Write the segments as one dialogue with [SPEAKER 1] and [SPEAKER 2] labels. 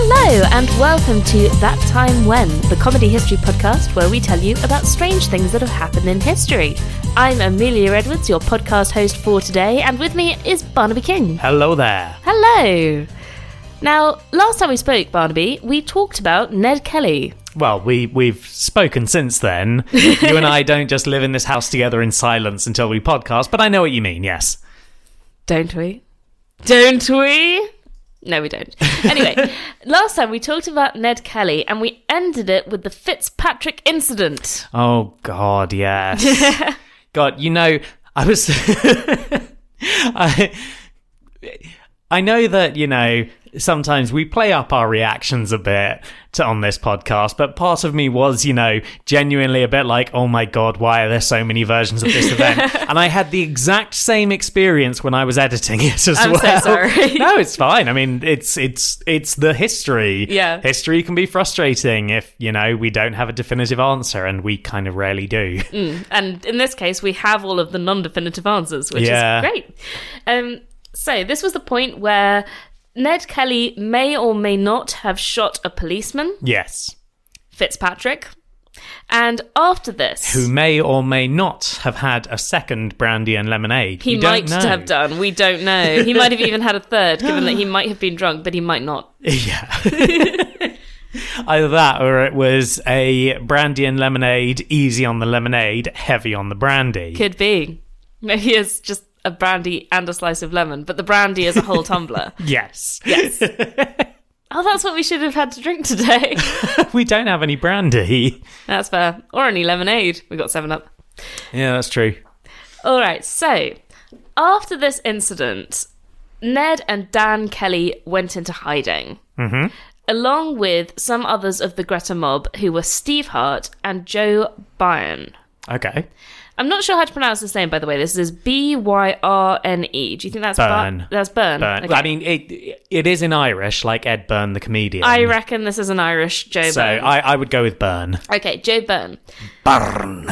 [SPEAKER 1] and welcome to That Time When, the comedy history podcast where we tell you about strange things that have happened in history. I'm Amelia Edwards, your podcast host for today, and with me is Barnaby King.
[SPEAKER 2] Hello there.
[SPEAKER 1] Hello! Now, last time we spoke, Barnaby, we talked about Ned Kelly.
[SPEAKER 2] Well, we we've spoken since then. you and I don't just live in this house together in silence until we podcast, but I know what you mean. Yes.
[SPEAKER 1] Don't we? Don't we? No, we don't. Anyway, last time we talked about Ned Kelly and we ended it with the Fitzpatrick incident.
[SPEAKER 2] Oh God, yes. God, you know, I was. I, I know that you know sometimes we play up our reactions a bit to, on this podcast, but part of me was you know genuinely a bit like, oh my God, why are there so many versions of this event? and I had the exact same experience when I was editing it as
[SPEAKER 1] I'm so
[SPEAKER 2] well.
[SPEAKER 1] sorry.
[SPEAKER 2] No, it's fine. I mean, it's it's it's the history.
[SPEAKER 1] Yeah.
[SPEAKER 2] history can be frustrating if you know we don't have a definitive answer, and we kind of rarely do.
[SPEAKER 1] Mm. And in this case, we have all of the non definitive answers, which
[SPEAKER 2] Yeah.
[SPEAKER 1] is great. Um, so, this was the point where Ned Kelly may or may not have shot a policeman,
[SPEAKER 2] Yes.
[SPEAKER 1] Fitzpatrick. And after this,
[SPEAKER 2] who may or may not have had a second brandy and lemonade.
[SPEAKER 1] he
[SPEAKER 2] We don't
[SPEAKER 1] might
[SPEAKER 2] know.
[SPEAKER 1] have done. We don't know. He might have even had a third, given that he might have been drunk, but he might not.
[SPEAKER 2] Yeah. Either that or it was a brandy and lemonade, easy on the lemonade, heavy on the brandy.
[SPEAKER 1] Could be. Maybe it's just a brandy and a slice of lemon, but the brandy is a whole tumbler.
[SPEAKER 2] yes.
[SPEAKER 1] Yes. Oh, that's what we should have had to drink today.
[SPEAKER 2] we don't have any brandy.
[SPEAKER 1] That's fair. Or any lemonade. We got 7 Up.
[SPEAKER 2] Yeah, that's true.
[SPEAKER 1] All right, so after this incident, Ned and Dan Kelly went into hiding, mm-hmm. along with some others of the Greta mob who were Steve Hart and Joe Byrne.
[SPEAKER 2] Okay.
[SPEAKER 1] I'm not sure how to pronounce his name, by the way. This is B Y R N E. Do you think that's Bar-
[SPEAKER 2] Byrne.
[SPEAKER 1] that's Byrne.
[SPEAKER 2] Burn.
[SPEAKER 1] Okay.
[SPEAKER 2] I mean, it it is in Irish, like Ed Byrne, the comedian.
[SPEAKER 1] I reckon this is an Irish Joe
[SPEAKER 2] so
[SPEAKER 1] Byrne.
[SPEAKER 2] I, I would go with Burn.
[SPEAKER 1] okay, Joe Byrne.
[SPEAKER 2] Burn.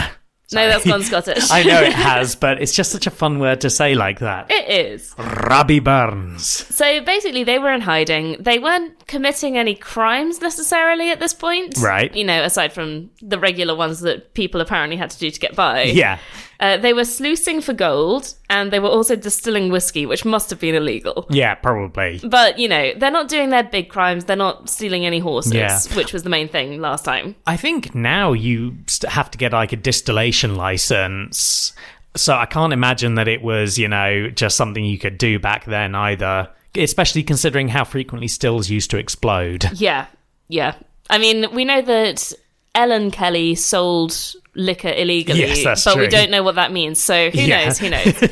[SPEAKER 1] No, that's gone Scottish.
[SPEAKER 2] I know it has, but it's just such a fun word to say like that.
[SPEAKER 1] it is.
[SPEAKER 2] Robbie Burns.
[SPEAKER 1] So basically, they were in hiding. They weren't committing any crimes necessarily at this point.
[SPEAKER 2] Right.
[SPEAKER 1] You know, aside from the regular ones that people apparently had to do to get by.
[SPEAKER 2] Yeah.
[SPEAKER 1] Uh, they were sluicing for gold and they were also distilling whiskey, which must have been illegal.
[SPEAKER 2] Yeah, probably.
[SPEAKER 1] But, you know, they're not doing their big crimes. They're not stealing any horses,
[SPEAKER 2] Yeah.
[SPEAKER 1] which was the main thing last time.
[SPEAKER 2] I think now you st- have to get like a distillation license. So I can't imagine that it was, you know, just something you could do back then either, especially considering how frequently stills used to explode.
[SPEAKER 1] Yeah. Yeah. I mean, we know that Ellen Kelly sold liquor illegally,
[SPEAKER 2] Yes, that's
[SPEAKER 1] but we
[SPEAKER 2] true.
[SPEAKER 1] don't know what that means. So who
[SPEAKER 2] Yeah.
[SPEAKER 1] knows? Who knows?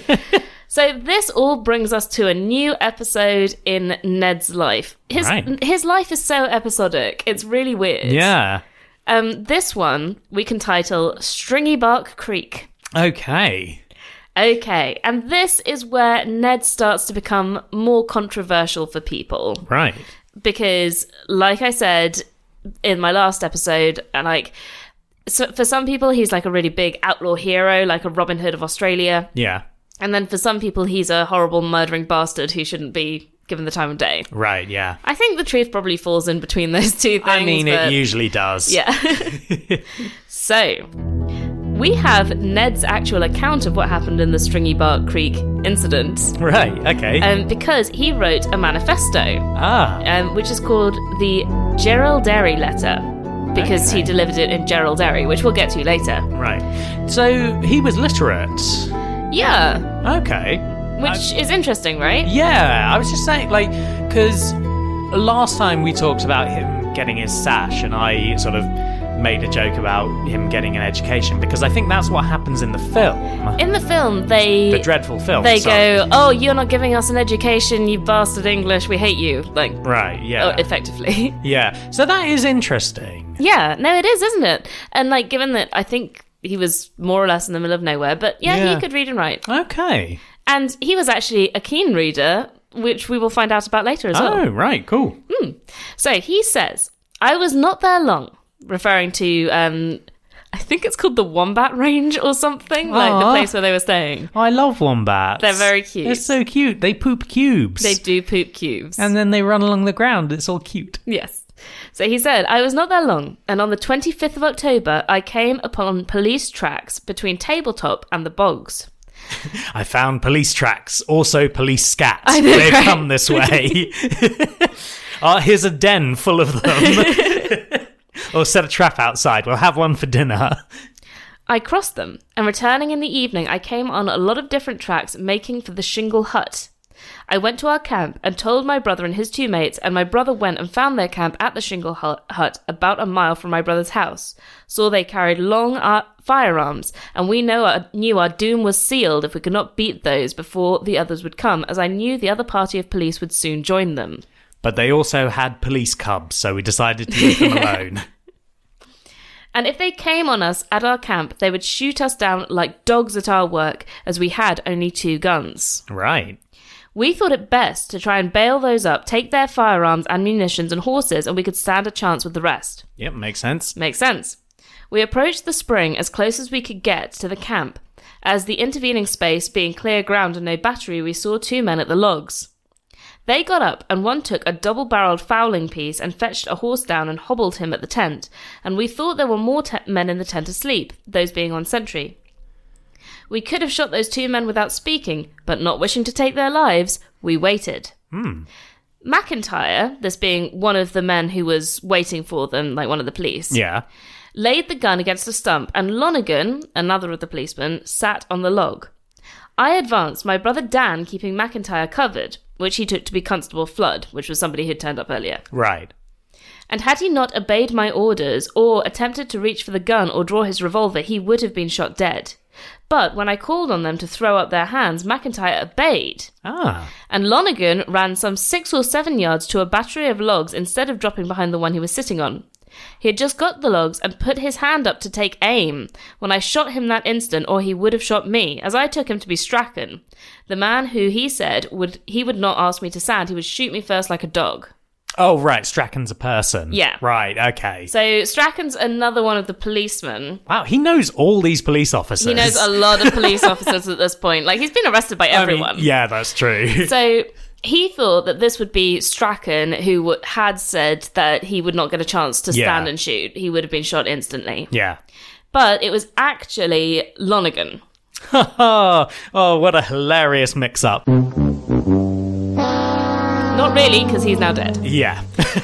[SPEAKER 1] so this all brings us to a new episode in Ned's life. His
[SPEAKER 2] Right.
[SPEAKER 1] his life is so episodic. It's really weird.
[SPEAKER 2] Yeah.
[SPEAKER 1] Um this one we can title Stringy Bark Creek.
[SPEAKER 2] Okay.
[SPEAKER 1] Okay, and this is where Ned starts to become more controversial for people
[SPEAKER 2] Right.
[SPEAKER 1] because like i said in my last episode and like so for some people he's like a really big outlaw hero like a robin hood of australia
[SPEAKER 2] Yeah.
[SPEAKER 1] and then for some people he's a horrible murdering bastard who shouldn't be given the time of day
[SPEAKER 2] Right. Yeah.
[SPEAKER 1] i think the truth probably falls in between those two things
[SPEAKER 2] I mean,
[SPEAKER 1] but-
[SPEAKER 2] it usually does.
[SPEAKER 1] yeah so we have ned's actual account of what happened in the stringy bark creek incident
[SPEAKER 2] Right. Okay.
[SPEAKER 1] um, because he wrote a manifesto
[SPEAKER 2] ah.
[SPEAKER 1] um, which is called the Gerald Derry letter because he
[SPEAKER 2] Okay.
[SPEAKER 1] delivered it in Gerald Derry, which we'll get to later.
[SPEAKER 2] Right. So he was literate.
[SPEAKER 1] Yeah,
[SPEAKER 2] Okay.
[SPEAKER 1] which is interesting, right?
[SPEAKER 2] Yeah, I was just saying, like, because last time we talked about him getting his sash, and I sort of made a joke about him getting an education because I think that's what happens in the film,
[SPEAKER 1] In the film, they
[SPEAKER 2] the dreadful film.
[SPEAKER 1] they
[SPEAKER 2] sorry.
[SPEAKER 1] go, "Oh, you're not giving us an education, you bastard English. We hate you." Like,
[SPEAKER 2] right, yeah,
[SPEAKER 1] oh, effectively.
[SPEAKER 2] yeah. So that is interesting.
[SPEAKER 1] yeah, no, it is, isn't it? And like, given that I think he was more or less in the middle of nowhere, but yeah,
[SPEAKER 2] Yeah.
[SPEAKER 1] he could read and write,
[SPEAKER 2] Okay.
[SPEAKER 1] and he was actually a keen reader, which we will find out about later as well.
[SPEAKER 2] Oh, right, cool.
[SPEAKER 1] So he says, I was not there long, referring to, um, I think it's called the Wombat Range or something, like the
[SPEAKER 2] Aw.
[SPEAKER 1] place where they were staying.
[SPEAKER 2] I love wombats.
[SPEAKER 1] They're very cute.
[SPEAKER 2] They're so cute. They poop cubes,
[SPEAKER 1] They do poop cubes.
[SPEAKER 2] and then they run along the ground. It's all cute.
[SPEAKER 1] yes. So he said, I was not there long, and on the 25th of October, I came upon police tracks between Tabletop and the bogs.
[SPEAKER 2] I found police tracks, also police scats.
[SPEAKER 1] know,
[SPEAKER 2] They've
[SPEAKER 1] right?
[SPEAKER 2] come this way. oh, here's a den full of them. or set a trap outside. We'll have one for dinner.
[SPEAKER 1] I crossed them, and returning in the evening, I came on a lot of different tracks making for the shingle hut. I went to our camp and told my brother and his two mates, and my brother went and found their camp at the shingle hu- hut about a mile from my brother's house. Saw they carried long ar- firearms, and we know our, knew our doom was sealed if we could not beat those before the others would come, as I knew the other party of police would soon join them.
[SPEAKER 2] But they also had police cubs, so we decided to leave them alone.
[SPEAKER 1] And if they came on us at our camp, they would shoot us down like dogs at our work, as we had only two guns.
[SPEAKER 2] Right.
[SPEAKER 1] We thought it best to try and bail those up, take their firearms and munitions and horses, and we could stand a chance with the rest.
[SPEAKER 2] Yep, makes sense.
[SPEAKER 1] Makes sense. We approached the spring as close as we could get to the camp. As the intervening space being clear ground and no battery, we saw two men at the logs. They got up, and one took a double barreled fowling piece and fetched a horse down and hobbled him at the tent. And we thought there were more te- men in the tent asleep, those being on sentry. We could have shot those two men without speaking, but not wishing to take their lives, we waited. McIntyre, this being one of the men who was waiting for them, like one of the police,
[SPEAKER 2] Yeah.
[SPEAKER 1] laid the gun against a stump, and Lonergan, another of the policemen, sat on the log. I advanced, my brother Dan keeping McIntyre covered, which he took to be Constable Flood, which was somebody who'd turned up earlier.
[SPEAKER 2] Right.
[SPEAKER 1] And had he not obeyed my orders, or attempted to reach for the gun or draw his revolver, he would have been shot dead. But when I called on them to throw up their hands, McIntyre obeyed,
[SPEAKER 2] Ah.
[SPEAKER 1] and Lonergan ran some six or seven yards to a battery of logs instead of dropping behind the one he was sitting on. He had just got the logs and put his hand up to take aim when I shot him that instant, or he would have shot me, as I took him to be Strachan, the man who he said would he would not ask me to stand, he would shoot me first like a dog.
[SPEAKER 2] Oh, right. Strachan's a person.
[SPEAKER 1] Yeah.
[SPEAKER 2] Right. Okay.
[SPEAKER 1] So Strachan's another one of the policemen.
[SPEAKER 2] wow. He knows all these police officers.
[SPEAKER 1] He knows a lot of police officers at this point. Like he's been arrested by
[SPEAKER 2] I mean,
[SPEAKER 1] everyone.
[SPEAKER 2] yeah, that's true.
[SPEAKER 1] So he thought that this would be Strachan, who w- had said that he would not get a chance to
[SPEAKER 2] Yeah.
[SPEAKER 1] stand and shoot. He would have been shot instantly.
[SPEAKER 2] yeah.
[SPEAKER 1] But it was actually Lonergan.
[SPEAKER 2] Oh, oh, what a hilarious mix up.
[SPEAKER 1] Not really, because he's now dead.
[SPEAKER 2] Yeah.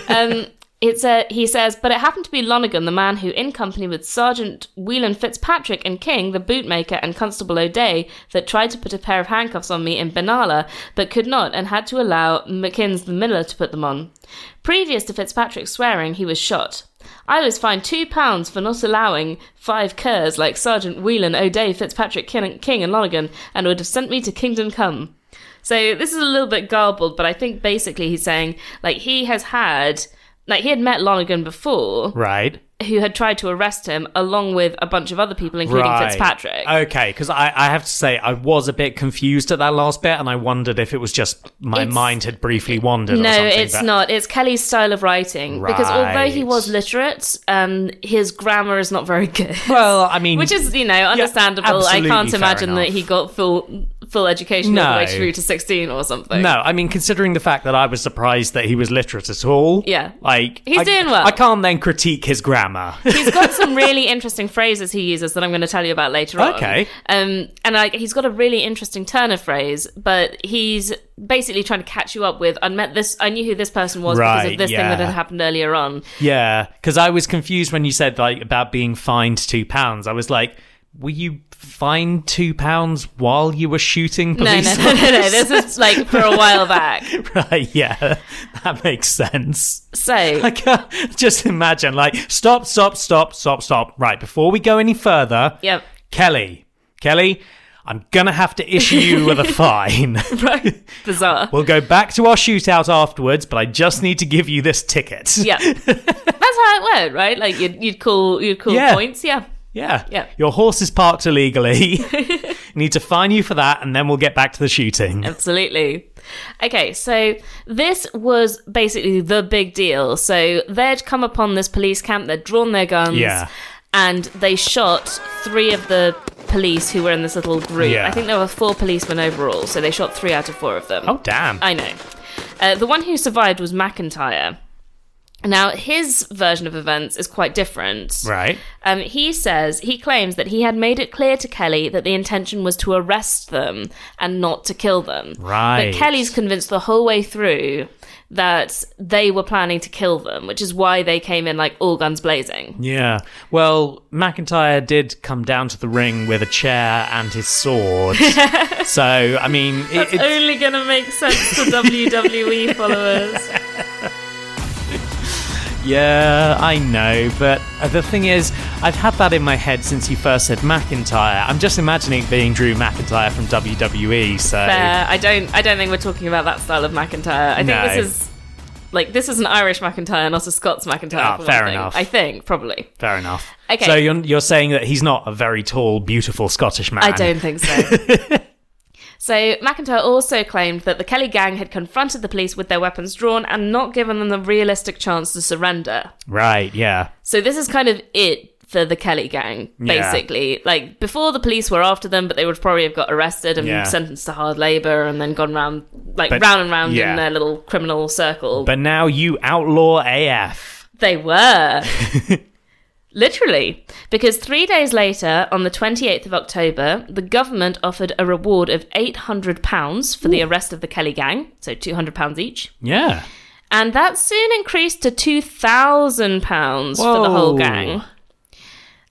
[SPEAKER 1] Um, it's a, he says, but it happened to be Lonergan, the man who, in company with Sergeant Whelan Fitzpatrick and King, the bootmaker, and Constable O'Day, that tried to put a pair of handcuffs on me in Benalla, but could not and had to allow McKinns the miller to put them on. Previous to Fitzpatrick's swearing, he was shot. I was fined two pounds for not allowing five curs like Sergeant Whelan, O'Day, Fitzpatrick, Kin- King, and Lonergan, and would have sent me to Kingdom Come. So this is a little bit garbled, but I think basically he's saying like he has had like he had met Lonergan before,
[SPEAKER 2] right.
[SPEAKER 1] who had tried to arrest him along with a bunch of other people, including
[SPEAKER 2] right.
[SPEAKER 1] Fitzpatrick.
[SPEAKER 2] Okay, because I, I have to say I was a bit confused at that last bit, and I wondered if it was just my
[SPEAKER 1] It's-
[SPEAKER 2] mind had briefly wandered. or
[SPEAKER 1] no,
[SPEAKER 2] something,
[SPEAKER 1] it's
[SPEAKER 2] but-
[SPEAKER 1] not. It's Kelly's style of writing because although he
[SPEAKER 2] Right.
[SPEAKER 1] was literate, um, his grammar is not very good.
[SPEAKER 2] Well, I mean,
[SPEAKER 1] Which is, you know, understandable. I
[SPEAKER 2] absolutely
[SPEAKER 1] can't
[SPEAKER 2] fair
[SPEAKER 1] imagine that
[SPEAKER 2] enough.
[SPEAKER 1] he got full full education all the
[SPEAKER 2] No.
[SPEAKER 1] way through to sixteen or something.
[SPEAKER 2] no, I mean, considering the fact that I was surprised that he was literate at all.
[SPEAKER 1] Yeah.
[SPEAKER 2] like
[SPEAKER 1] He's
[SPEAKER 2] I-
[SPEAKER 1] doing well.
[SPEAKER 2] I can't then critique his grammar.
[SPEAKER 1] he's got some really interesting phrases he uses that I'm going to tell you about later on.
[SPEAKER 2] Okay.
[SPEAKER 1] Um, and like he's got a really interesting turn of phrase, but he's basically trying to catch you up with. I met this. I knew who this person was because of
[SPEAKER 2] Right,
[SPEAKER 1] this thing
[SPEAKER 2] yeah.
[SPEAKER 1] that had happened earlier on.
[SPEAKER 2] yeah, because I was confused when you said like about being fined two pounds. I was like, were you fined two pounds while you were shooting
[SPEAKER 1] No,
[SPEAKER 2] police?
[SPEAKER 1] no, no, no, no. This is like for a while back.
[SPEAKER 2] right, yeah, that makes sense.
[SPEAKER 1] So
[SPEAKER 2] I can't uh, just imagine, like, stop, stop, stop, stop, stop. Right, before we go any further,
[SPEAKER 1] Yep.
[SPEAKER 2] Kelly, Kelly, I'm gonna have to issue you with a fine.
[SPEAKER 1] right, bizarre.
[SPEAKER 2] We'll go back to our shootout afterwards, but I just need to give you this ticket.
[SPEAKER 1] yeah, that's how it went, right? Like you'd, you'd call you'd call
[SPEAKER 2] Yeah.
[SPEAKER 1] points. Yeah,
[SPEAKER 2] Yeah.
[SPEAKER 1] Yeah.
[SPEAKER 2] Your horse is parked illegally. Need to fine you for that, and then we'll get back to the shooting.
[SPEAKER 1] Absolutely. Okay, so this was basically the big deal. So they'd come upon this police camp, they'd drawn their guns,
[SPEAKER 2] Yeah.
[SPEAKER 1] and they shot three of the police who were in this little group.
[SPEAKER 2] Yeah.
[SPEAKER 1] I think there were four policemen overall, so they shot three out of four of them.
[SPEAKER 2] Oh, damn.
[SPEAKER 1] I know. Uh, the one who survived was McIntyre. Now, his version of events is quite different.
[SPEAKER 2] Right.
[SPEAKER 1] Um, he says he claims that he had made it clear to Kelly that the intention was to arrest them and not to kill them.
[SPEAKER 2] Right.
[SPEAKER 1] But Kelly's convinced the whole way through that they were planning to kill them, which is why they came in like all guns blazing.
[SPEAKER 2] Yeah. Well, McIntyre did come down to the ring with a chair and his sword. so, I mean, it, it's,
[SPEAKER 1] Only gonna make sense to WWE followers.
[SPEAKER 2] yeah, I know. But uh, the thing is, I've had that in my head since you first said McIntyre. I'm just imagining it being Drew McIntyre from WWE. So,
[SPEAKER 1] Fair. I don't. I don't think we're talking about that style of McIntyre. I think
[SPEAKER 2] No.
[SPEAKER 1] this is like this is an Irish McIntyre, not a Scots McIntyre.
[SPEAKER 2] Ah,
[SPEAKER 1] for one
[SPEAKER 2] fair
[SPEAKER 1] thing.
[SPEAKER 2] enough.
[SPEAKER 1] I think probably.
[SPEAKER 2] fair enough.
[SPEAKER 1] Okay.
[SPEAKER 2] So, you're, you're saying that he's not a very tall, beautiful Scottish man.
[SPEAKER 1] I don't think so. so McIntyre also claimed that the Kelly gang had confronted the police with their weapons drawn and not given them the realistic chance to surrender.
[SPEAKER 2] Right, yeah.
[SPEAKER 1] So this is kind of it for the Kelly gang,
[SPEAKER 2] Yeah.
[SPEAKER 1] basically. Like before, the police were after them, but they would probably have got arrested and
[SPEAKER 2] Yeah.
[SPEAKER 1] sentenced to hard labor, and then gone round like
[SPEAKER 2] But-
[SPEAKER 1] round and round
[SPEAKER 2] yeah.
[SPEAKER 1] in their little criminal circle.
[SPEAKER 2] But now you outlaw AF.
[SPEAKER 1] They were. Literally. Because three days later, on the 28th of October, the government offered a reward of £800 for the arrest of the Kelly gang, so £200 each.
[SPEAKER 2] Yeah.
[SPEAKER 1] And that soon increased to £2,000 for the whole
[SPEAKER 2] Whoa.
[SPEAKER 1] gang.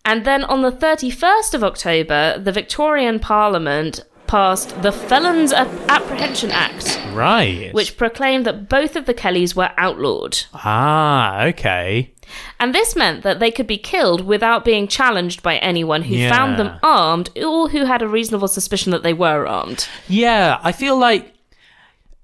[SPEAKER 1] And then on the 31st of October, the Victorian Parliament passed the Felons App- Apprehension Act,
[SPEAKER 2] Right.
[SPEAKER 1] which proclaimed that both of the Kellys were outlawed.
[SPEAKER 2] Ah, okay.
[SPEAKER 1] And this meant that they could be killed without being challenged by anyone who
[SPEAKER 2] Yeah.
[SPEAKER 1] found them armed or who had a reasonable suspicion that they were armed.
[SPEAKER 2] Yeah, I feel like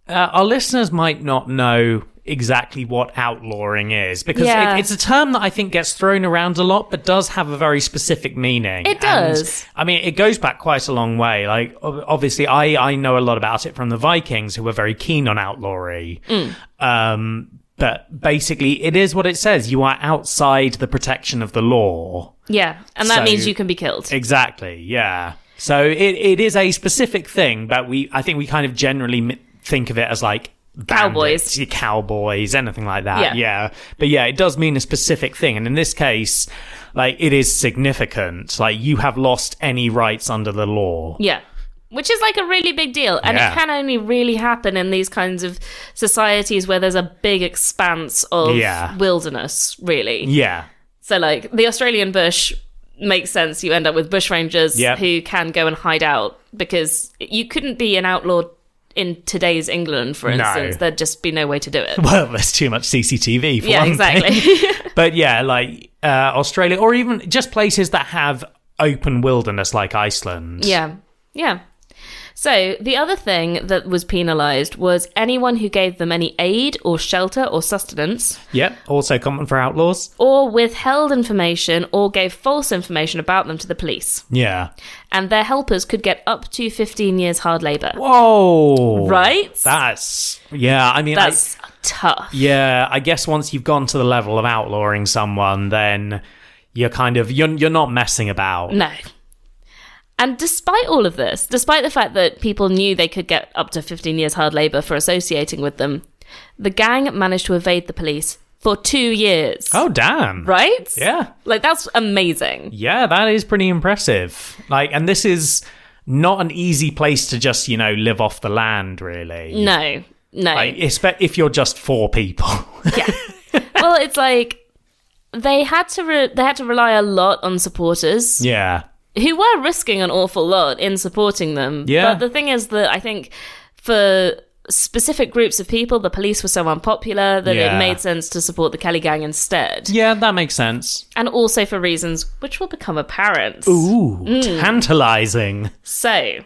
[SPEAKER 2] uh, our listeners might not know exactly what outlawing is because
[SPEAKER 1] Yeah.
[SPEAKER 2] it, it's a term that I think gets thrown around a lot, but does have a very specific meaning.
[SPEAKER 1] It
[SPEAKER 2] And,
[SPEAKER 1] does.
[SPEAKER 2] I mean, it goes back quite a long way. Like, ob- obviously, I I know a lot about it from the Vikings, who were very keen on outlawry.
[SPEAKER 1] Mm.
[SPEAKER 2] Um, but basically, it is what it says. You are outside the protection of the law.
[SPEAKER 1] Yeah, and that
[SPEAKER 2] So-
[SPEAKER 1] means you can be killed.
[SPEAKER 2] Exactly. Yeah. So it, it is a specific thing, but we I think we kind of generally mi- think of it as like
[SPEAKER 1] Cowboys.
[SPEAKER 2] bandits, cowboys, anything like
[SPEAKER 1] Yeah.
[SPEAKER 2] that. yeah. But yeah, it does mean a specific thing, and in this case, like it is significant. Like you have lost any rights under the law.
[SPEAKER 1] Yeah. Which is like a really big deal. And
[SPEAKER 2] Yeah.
[SPEAKER 1] it can only really happen in these kinds of societies where there's a big expanse of
[SPEAKER 2] Yeah.
[SPEAKER 1] wilderness, really.
[SPEAKER 2] Yeah.
[SPEAKER 1] So, like, the Australian bush makes sense. You end up with bushrangers
[SPEAKER 2] Yep.
[SPEAKER 1] who can go and hide out because you couldn't be an outlaw in today's England, for
[SPEAKER 2] No.
[SPEAKER 1] instance. There'd just be no way to do it.
[SPEAKER 2] Well, there's too much CCTV for
[SPEAKER 1] yeah,
[SPEAKER 2] one thing.
[SPEAKER 1] exactly.
[SPEAKER 2] But yeah, like uh, Australia or even just places that have open wilderness like Iceland.
[SPEAKER 1] yeah, yeah. So the other thing that was penalised was anyone who gave them any aid or shelter or sustenance,
[SPEAKER 2] Yep. Also common for outlaws.
[SPEAKER 1] or withheld information or gave false information about them to the police,
[SPEAKER 2] Yeah.
[SPEAKER 1] and their helpers could get up to fifteen years hard labour.
[SPEAKER 2] Whoa.
[SPEAKER 1] Right?
[SPEAKER 2] That's yeah, I mean I-
[SPEAKER 1] That's tough.
[SPEAKER 2] yeah, I guess once you've gone to the level of outlawing someone, then you're kind of you're you're not messing about.
[SPEAKER 1] No. And despite all of this, despite the fact that people knew they could get up to 15 years hard labour for associating with them, the gang managed to evade the police for two years.
[SPEAKER 2] Oh damn.
[SPEAKER 1] Right?
[SPEAKER 2] Yeah.
[SPEAKER 1] Like, that's amazing.
[SPEAKER 2] Yeah, that is pretty impressive. Like and this is not an easy place to just, you know, live off the land really.
[SPEAKER 1] No, no.
[SPEAKER 2] Like, espe- if you're just four people.
[SPEAKER 1] well, it's like. They had to re- they had to rely a lot on supporters
[SPEAKER 2] yeah.
[SPEAKER 1] who were risking an awful lot in supporting them.
[SPEAKER 2] Yeah.
[SPEAKER 1] But the thing is that I think for specific groups of people, the police were so unpopular that it
[SPEAKER 2] Yeah.
[SPEAKER 1] made sense to support the Kelly gang instead.
[SPEAKER 2] Yeah, that makes sense.
[SPEAKER 1] And also for reasons which will become apparent.
[SPEAKER 2] Ooh,
[SPEAKER 1] Mm.
[SPEAKER 2] tantalizing.
[SPEAKER 1] So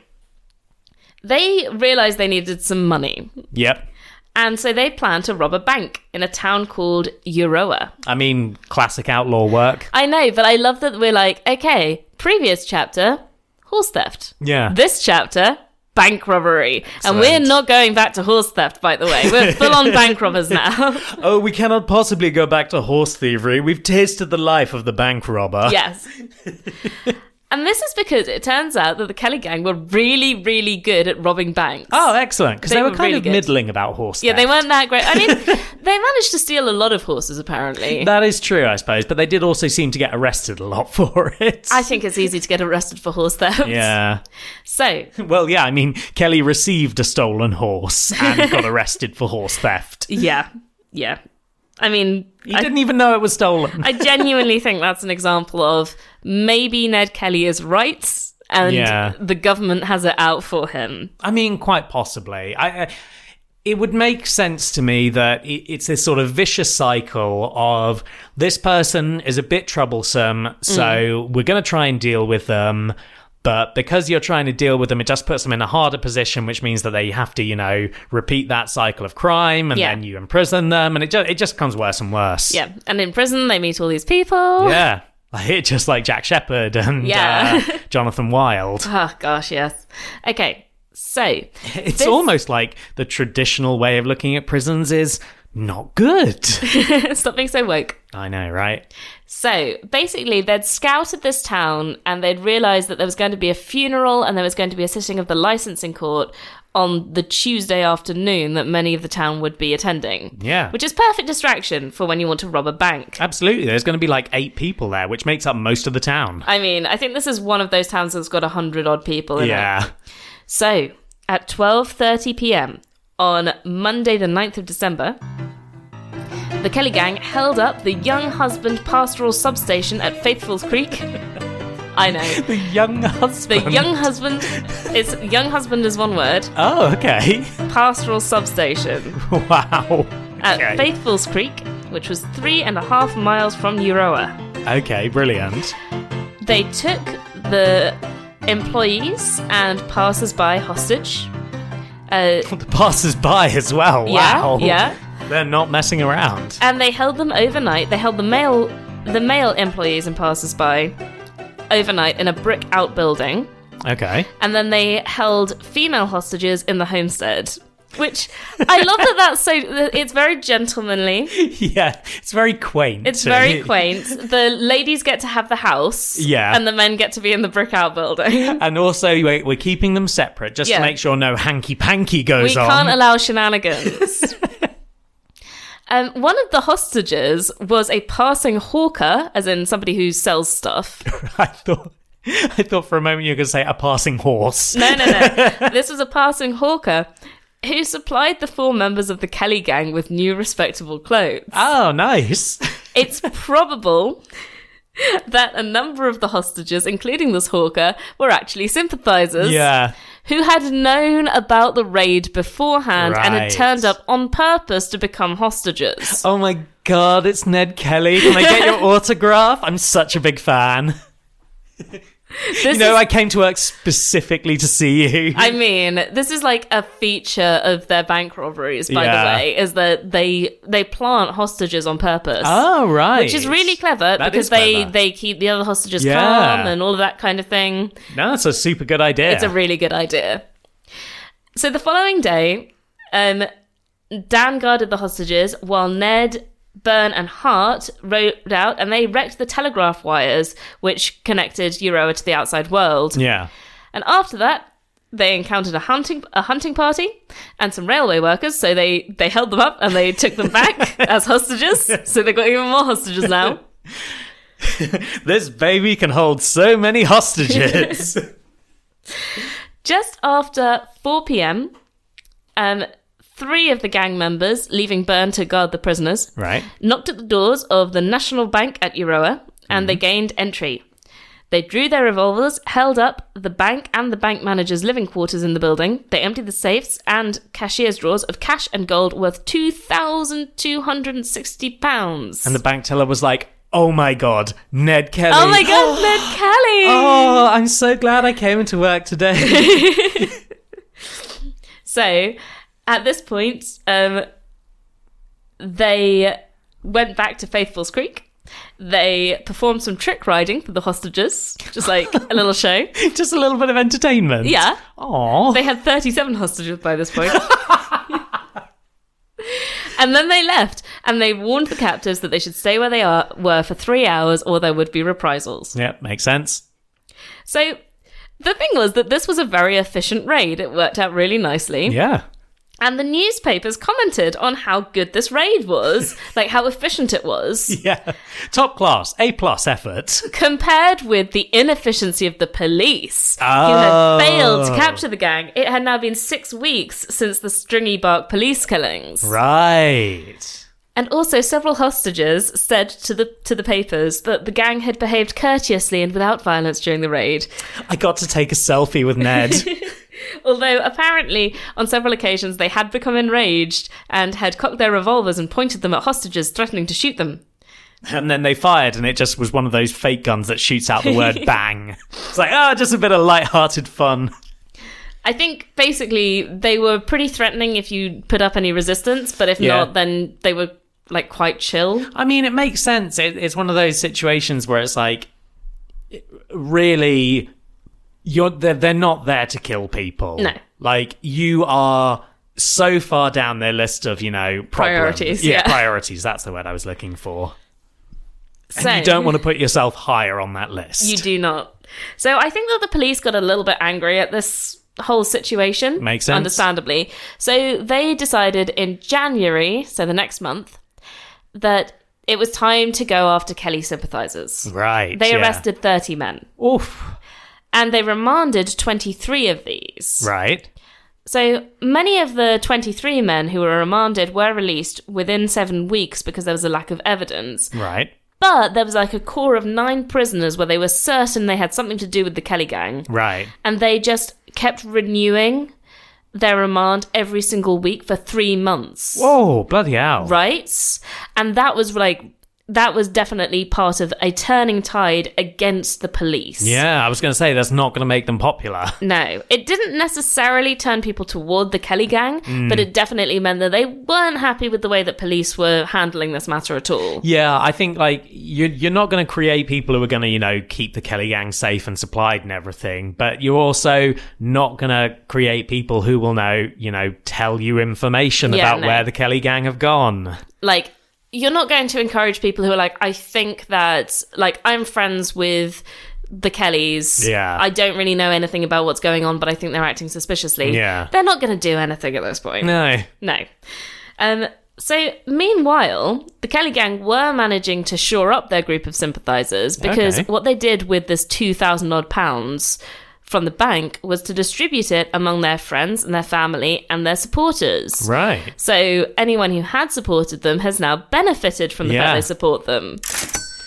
[SPEAKER 1] they realized they needed some money.
[SPEAKER 2] Yep.
[SPEAKER 1] And so they planned to rob a bank in a town called Euroa.
[SPEAKER 2] I mean, classic outlaw work.
[SPEAKER 1] I know, but I love that we're like, okay, previous chapter, horse theft.
[SPEAKER 2] Yeah.
[SPEAKER 1] This chapter, bank robbery. And we're
[SPEAKER 2] Excellent.
[SPEAKER 1] not going back to horse theft, by the way. We're full on bank robbers now.
[SPEAKER 2] Oh, we cannot possibly go back to horse thievery. We've tasted the life of the bank robber.
[SPEAKER 1] yes. And this This is because it turns out that the Kelly gang were really, really good at robbing banks.
[SPEAKER 2] Oh, excellent. Because they,
[SPEAKER 1] They
[SPEAKER 2] were
[SPEAKER 1] were
[SPEAKER 2] kind
[SPEAKER 1] really
[SPEAKER 2] of
[SPEAKER 1] good.
[SPEAKER 2] middling about horse
[SPEAKER 1] yeah, they
[SPEAKER 2] theft.
[SPEAKER 1] weren't that great. I mean, they managed to steal a lot of horses, apparently.
[SPEAKER 2] That is true, I suppose. But they did also seem to get arrested a lot for it.
[SPEAKER 1] I think it's easy to get arrested for horse theft.
[SPEAKER 2] yeah.
[SPEAKER 1] So,
[SPEAKER 2] Well, yeah, I mean, Kelly received a stolen horse and got arrested for horse theft.
[SPEAKER 1] yeah, yeah. I mean,
[SPEAKER 2] He
[SPEAKER 1] I,
[SPEAKER 2] didn't even know it was stolen.
[SPEAKER 1] I genuinely think that's an example of maybe Ned Kelly is right and
[SPEAKER 2] Yeah.
[SPEAKER 1] the government has it out for him.
[SPEAKER 2] I mean, quite possibly. I, I it would make sense to me that it, it's this sort of vicious cycle of this person is a bit troublesome, so
[SPEAKER 1] Mm.
[SPEAKER 2] we're going to try and deal with them. But because you're trying to deal with them, it just puts them in a harder position, which means that they have to, you know, repeat that cycle of crime, and
[SPEAKER 1] Yeah.
[SPEAKER 2] then you imprison them, and it just it just becomes worse and worse.
[SPEAKER 1] Yeah. And in prison, they meet all these people.
[SPEAKER 2] yeah, like, just like Jack Shepherd and
[SPEAKER 1] Yeah.
[SPEAKER 2] uh, Jonathan Wild.
[SPEAKER 1] Oh, gosh, yes. Okay. So,
[SPEAKER 2] It's almost like the traditional way of looking at prisons is not good.
[SPEAKER 1] something so woke.
[SPEAKER 2] I know, right?
[SPEAKER 1] So basically, they'd scouted this town and they'd realised that there was going to be a funeral and there was going to be a sitting of the licensing court on the Tuesday afternoon that many of the town would be attending.
[SPEAKER 2] Yeah.
[SPEAKER 1] Which is perfect distraction for when you want to rob a bank.
[SPEAKER 2] Absolutely. There's going to be like eight people there, which makes up most of the town.
[SPEAKER 1] I mean, I think this is one of those towns that's got a hundred odd
[SPEAKER 2] uh,
[SPEAKER 1] people in it.
[SPEAKER 2] Yeah.
[SPEAKER 1] So at twelve thirty PM on Monday the 9th of December, the Kelly gang held up the young husband pastoral substation at Faithful's Creek. I know.
[SPEAKER 2] The young
[SPEAKER 1] The
[SPEAKER 2] husband.
[SPEAKER 1] young husband is young husband is one word.
[SPEAKER 2] Oh, okay.
[SPEAKER 1] Pastoral substation
[SPEAKER 2] wow.
[SPEAKER 1] at
[SPEAKER 2] Okay.
[SPEAKER 1] Faithful's Creek, which was three and a half miles from Euroa.
[SPEAKER 2] okay, brilliant.
[SPEAKER 1] They took the employees and passers-by hostage. Uh,
[SPEAKER 2] The passers by as well.
[SPEAKER 1] Yeah,
[SPEAKER 2] Wow.
[SPEAKER 1] yeah.
[SPEAKER 2] They're not messing around.
[SPEAKER 1] and they held them overnight. They held the male the male employees and passers-by overnight in a brick outbuilding,
[SPEAKER 2] Okay.
[SPEAKER 1] and then they held female hostages in the homestead. Which I love that that's so. It's very gentlemanly.
[SPEAKER 2] Yeah. It's very quaint.
[SPEAKER 1] It's very quaint. The ladies get to have the house,
[SPEAKER 2] Yeah.
[SPEAKER 1] and the men get to be in the brick outbuilding.
[SPEAKER 2] And also, we're, we're keeping them separate just
[SPEAKER 1] Yeah.
[SPEAKER 2] to make sure no hanky panky
[SPEAKER 1] we
[SPEAKER 2] goes on.
[SPEAKER 1] can't allow shenanigans. um, one of the hostages was a passing hawker, as in somebody who sells stuff.
[SPEAKER 2] I thought I thought for a moment you were going to say a passing horse.
[SPEAKER 1] No, no, no. this was a passing hawker who supplied the four members of the Kelly gang with new respectable clothes.
[SPEAKER 2] Oh, nice.
[SPEAKER 1] It's probable that a number of the hostages, including this hawker, were actually sympathizers.
[SPEAKER 2] Yeah.
[SPEAKER 1] who had known about the raid beforehand and had
[SPEAKER 2] Right.
[SPEAKER 1] turned up on purpose to become hostages.
[SPEAKER 2] Oh my god, it's Ned Kelly. Can I get your autograph? I'm such a big fan.
[SPEAKER 1] This
[SPEAKER 2] Oh, You know,
[SPEAKER 1] is,
[SPEAKER 2] I came to work specifically to see you.
[SPEAKER 1] I mean, this is like a feature of their bank robberies, by
[SPEAKER 2] Yeah.
[SPEAKER 1] the way, is that they they plant hostages on purpose.
[SPEAKER 2] oh, right.
[SPEAKER 1] Which is really clever
[SPEAKER 2] That
[SPEAKER 1] because
[SPEAKER 2] is
[SPEAKER 1] they,
[SPEAKER 2] clever.
[SPEAKER 1] they keep the other hostages
[SPEAKER 2] Yeah.
[SPEAKER 1] calm and all of that kind of thing.
[SPEAKER 2] No, that's a super good idea.
[SPEAKER 1] It's a really good idea. So the following day, um, Dan guarded the hostages while Ned, Byrne, and Hart rode out and they wrecked the telegraph wires which connected Euroa to the outside world.
[SPEAKER 2] yeah.
[SPEAKER 1] And after that, they encountered a hunting a hunting party and some railway workers, so they, they held them up and they took them back as hostages. So they've got even more hostages now.
[SPEAKER 2] This baby can hold so many hostages.
[SPEAKER 1] Just after 4 p.m., um, three of the gang members, leaving Byrne to guard the prisoners,
[SPEAKER 2] right.
[SPEAKER 1] knocked at the doors of the National Bank at Euroa and
[SPEAKER 2] Mm-hmm.
[SPEAKER 1] they gained entry. They drew their revolvers, held up the bank and the bank manager's living quarters in the building. They emptied the safes and cashier's drawers of cash and gold worth £2,260.
[SPEAKER 2] And the bank teller was like, "Oh my god, Ned Kelly."
[SPEAKER 1] oh my god, Ned Kelly!
[SPEAKER 2] Oh, I'm so glad I came into work today.
[SPEAKER 1] So at this point, um, they went back to Faithful's Creek. They performed some trick riding for the hostages, just like a little show.
[SPEAKER 2] Just a little bit of entertainment.
[SPEAKER 1] Yeah.
[SPEAKER 2] Aw.
[SPEAKER 1] They had 37 hostages by this point. and then they left and they warned the captives that they should stay where they are, were for three hours or there would be reprisals.
[SPEAKER 2] Yep, makes sense.
[SPEAKER 1] So the thing was that this was a very efficient raid. It worked out really nicely.
[SPEAKER 2] Yeah.
[SPEAKER 1] And the newspapers commented on how good this raid was, like how efficient it was,
[SPEAKER 2] Yeah. Top class, A plus effort.
[SPEAKER 1] compared with the inefficiency of the police,
[SPEAKER 2] Oh.
[SPEAKER 1] who had failed to capture the gang. It had now been six weeks since the stringy bark police killings.
[SPEAKER 2] Right.
[SPEAKER 1] And also, several hostages said to the to the papers that the gang had behaved courteously and without violence during the raid.
[SPEAKER 2] I got to take a selfie with Ned.
[SPEAKER 1] Although apparently, on several occasions, they had become enraged and had cocked their revolvers and pointed them at hostages, threatening to shoot them.
[SPEAKER 2] and then they fired, and it just was one of those fake guns that shoots out the word bang. It's like, ah, just a bit of light-hearted fun.
[SPEAKER 1] I think basically they were pretty threatening if you put up any resistance, but if
[SPEAKER 2] Yeah.
[SPEAKER 1] not, then they were like quite chill.
[SPEAKER 2] I mean, it makes sense. It, it's one of those situations where it's like, it- really, you're they're, they're not there to kill people.
[SPEAKER 1] No.
[SPEAKER 2] like you are so far down their list of you know problems.
[SPEAKER 1] Priorities, yeah.
[SPEAKER 2] priorities. That's the word I was looking for.
[SPEAKER 1] So
[SPEAKER 2] You don't want to put yourself higher on that list.
[SPEAKER 1] You do not. So I think that the police got a little bit angry at this whole situation.
[SPEAKER 2] Makes sense.
[SPEAKER 1] Understandably. So they decided in January, so the next month, that it was time to go after Kelly sympathizers.
[SPEAKER 2] right.
[SPEAKER 1] They
[SPEAKER 2] yeah.
[SPEAKER 1] arrested 30 men
[SPEAKER 2] Oof.
[SPEAKER 1] and they remanded 23 of these.
[SPEAKER 2] Right.
[SPEAKER 1] So many of the 23 men who were remanded were released within seven weeks because there was a lack of evidence.
[SPEAKER 2] Right.
[SPEAKER 1] But there was like a core of nine prisoners where they were certain they had something to do with the Kelly gang.
[SPEAKER 2] Right.
[SPEAKER 1] and they just kept renewing their remand every single week for three months.
[SPEAKER 2] Whoa! Oh, Bloody hell!
[SPEAKER 1] Right? And that was like, that was definitely part of a turning tide against the police.
[SPEAKER 2] Yeah, I was going to say that's not going to make them popular.
[SPEAKER 1] No, it didn't necessarily turn people toward the Kelly gang,
[SPEAKER 2] Mm.
[SPEAKER 1] but it definitely meant that they weren't happy with the way that police were handling this matter at all.
[SPEAKER 2] Yeah, I think like you you're not going to create people who are going to, you know, keep the Kelly gang safe and supplied and everything, but you're also not going to create people who will know, you know, tell you information
[SPEAKER 1] Yeah,
[SPEAKER 2] about
[SPEAKER 1] no.
[SPEAKER 2] where the Kelly gang have gone.
[SPEAKER 1] like you're not going to encourage people who are like i think that like i'm friends with the kellys
[SPEAKER 2] Yeah.
[SPEAKER 1] i don't really know anything about what's going on but i think they're acting suspiciously
[SPEAKER 2] Yeah.
[SPEAKER 1] they're not going to do anything at this point
[SPEAKER 2] No.
[SPEAKER 1] no um so meanwhile the kelly gang were managing to shore up their group of sympathizers because
[SPEAKER 2] Okay.
[SPEAKER 1] what they did with this 2000 odd pounds from the bank was to distribute it among their friends and their family and their supporters
[SPEAKER 2] Right.
[SPEAKER 1] so anyone who had supported them has now benefited from the
[SPEAKER 2] Yeah.
[SPEAKER 1] fact they support them,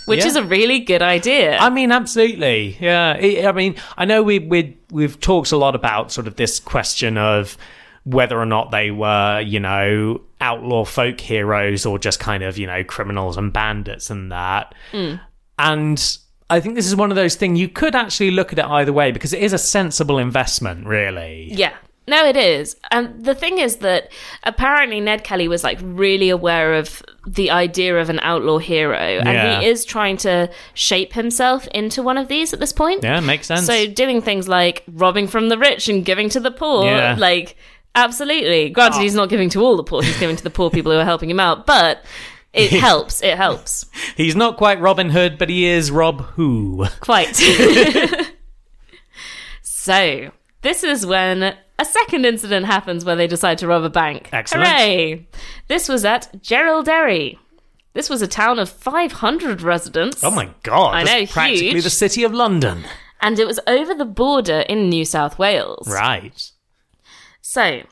[SPEAKER 1] which
[SPEAKER 2] Yeah.
[SPEAKER 1] is a really good idea.
[SPEAKER 2] I mean, absolutely. Yeah. It- I mean, I know we, we, we've talked a lot about sort of this question of whether or not they were, you know, outlaw folk heroes or just kind of, you know, criminals and bandits and that.
[SPEAKER 1] Mm.
[SPEAKER 2] And I think this is one of those things you could actually look at it either way because it is a sensible investment, really.
[SPEAKER 1] yeah. No, it is. And the thing is that apparently Ned Kelly was like really aware of the idea of an outlaw hero.
[SPEAKER 2] Yeah.
[SPEAKER 1] And he is trying to shape himself into one of these at this point.
[SPEAKER 2] Yeah, makes sense.
[SPEAKER 1] So doing things like robbing from the rich and giving to the poor,
[SPEAKER 2] Yeah. Oh.
[SPEAKER 1] like absolutely. Granted, he's not giving to all the poor; he's giving to the poor people who are helping him out. But it helps. It helps.
[SPEAKER 2] He's not quite Robin Hood, but he is Rob Who.
[SPEAKER 1] Quite. so, this is when a second incident happens where they decide to rob a bank.
[SPEAKER 2] Excellent.
[SPEAKER 1] Hooray! This was at Gerald Derry. This was a town of 500 residents,
[SPEAKER 2] Oh my god.
[SPEAKER 1] I
[SPEAKER 2] that's
[SPEAKER 1] know,
[SPEAKER 2] practically
[SPEAKER 1] huge.
[SPEAKER 2] the city of London.
[SPEAKER 1] and it was over the border in New South Wales.
[SPEAKER 2] Right.
[SPEAKER 1] So,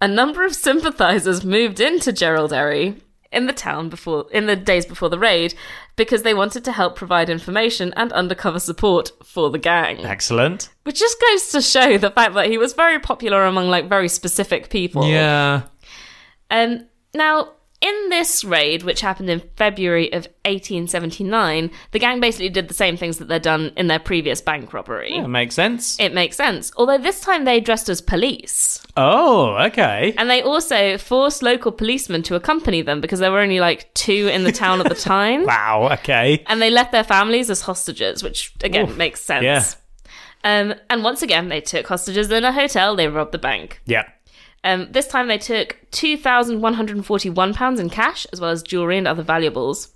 [SPEAKER 1] a number of sympathisers moved into Gerald Derry in the town before in the days before the raid because they wanted to help provide information and undercover support for the gang.
[SPEAKER 2] Excellent.
[SPEAKER 1] Which just goes to show the fact that he was very popular among like very specific people.
[SPEAKER 2] Yeah.
[SPEAKER 1] Um now in this raid, which happened in February of 1879, the gang basically did the same things that they'd done in their previous bank robbery.
[SPEAKER 2] That makes sense.
[SPEAKER 1] It makes sense. Although this time they dressed as police.
[SPEAKER 2] Oh, okay.
[SPEAKER 1] And they also forced local policemen to accompany them because there were only like two in the town at the time.
[SPEAKER 2] Wow, okay.
[SPEAKER 1] And they left their families as hostages, which again
[SPEAKER 2] Oof,
[SPEAKER 1] makes sense.
[SPEAKER 2] yeah.
[SPEAKER 1] Um, and once again, they took hostages in a hotel. They robbed the bank.
[SPEAKER 2] Yeah.
[SPEAKER 1] Um, this time they took £2,141 in cash, as well as jewellery and other valuables.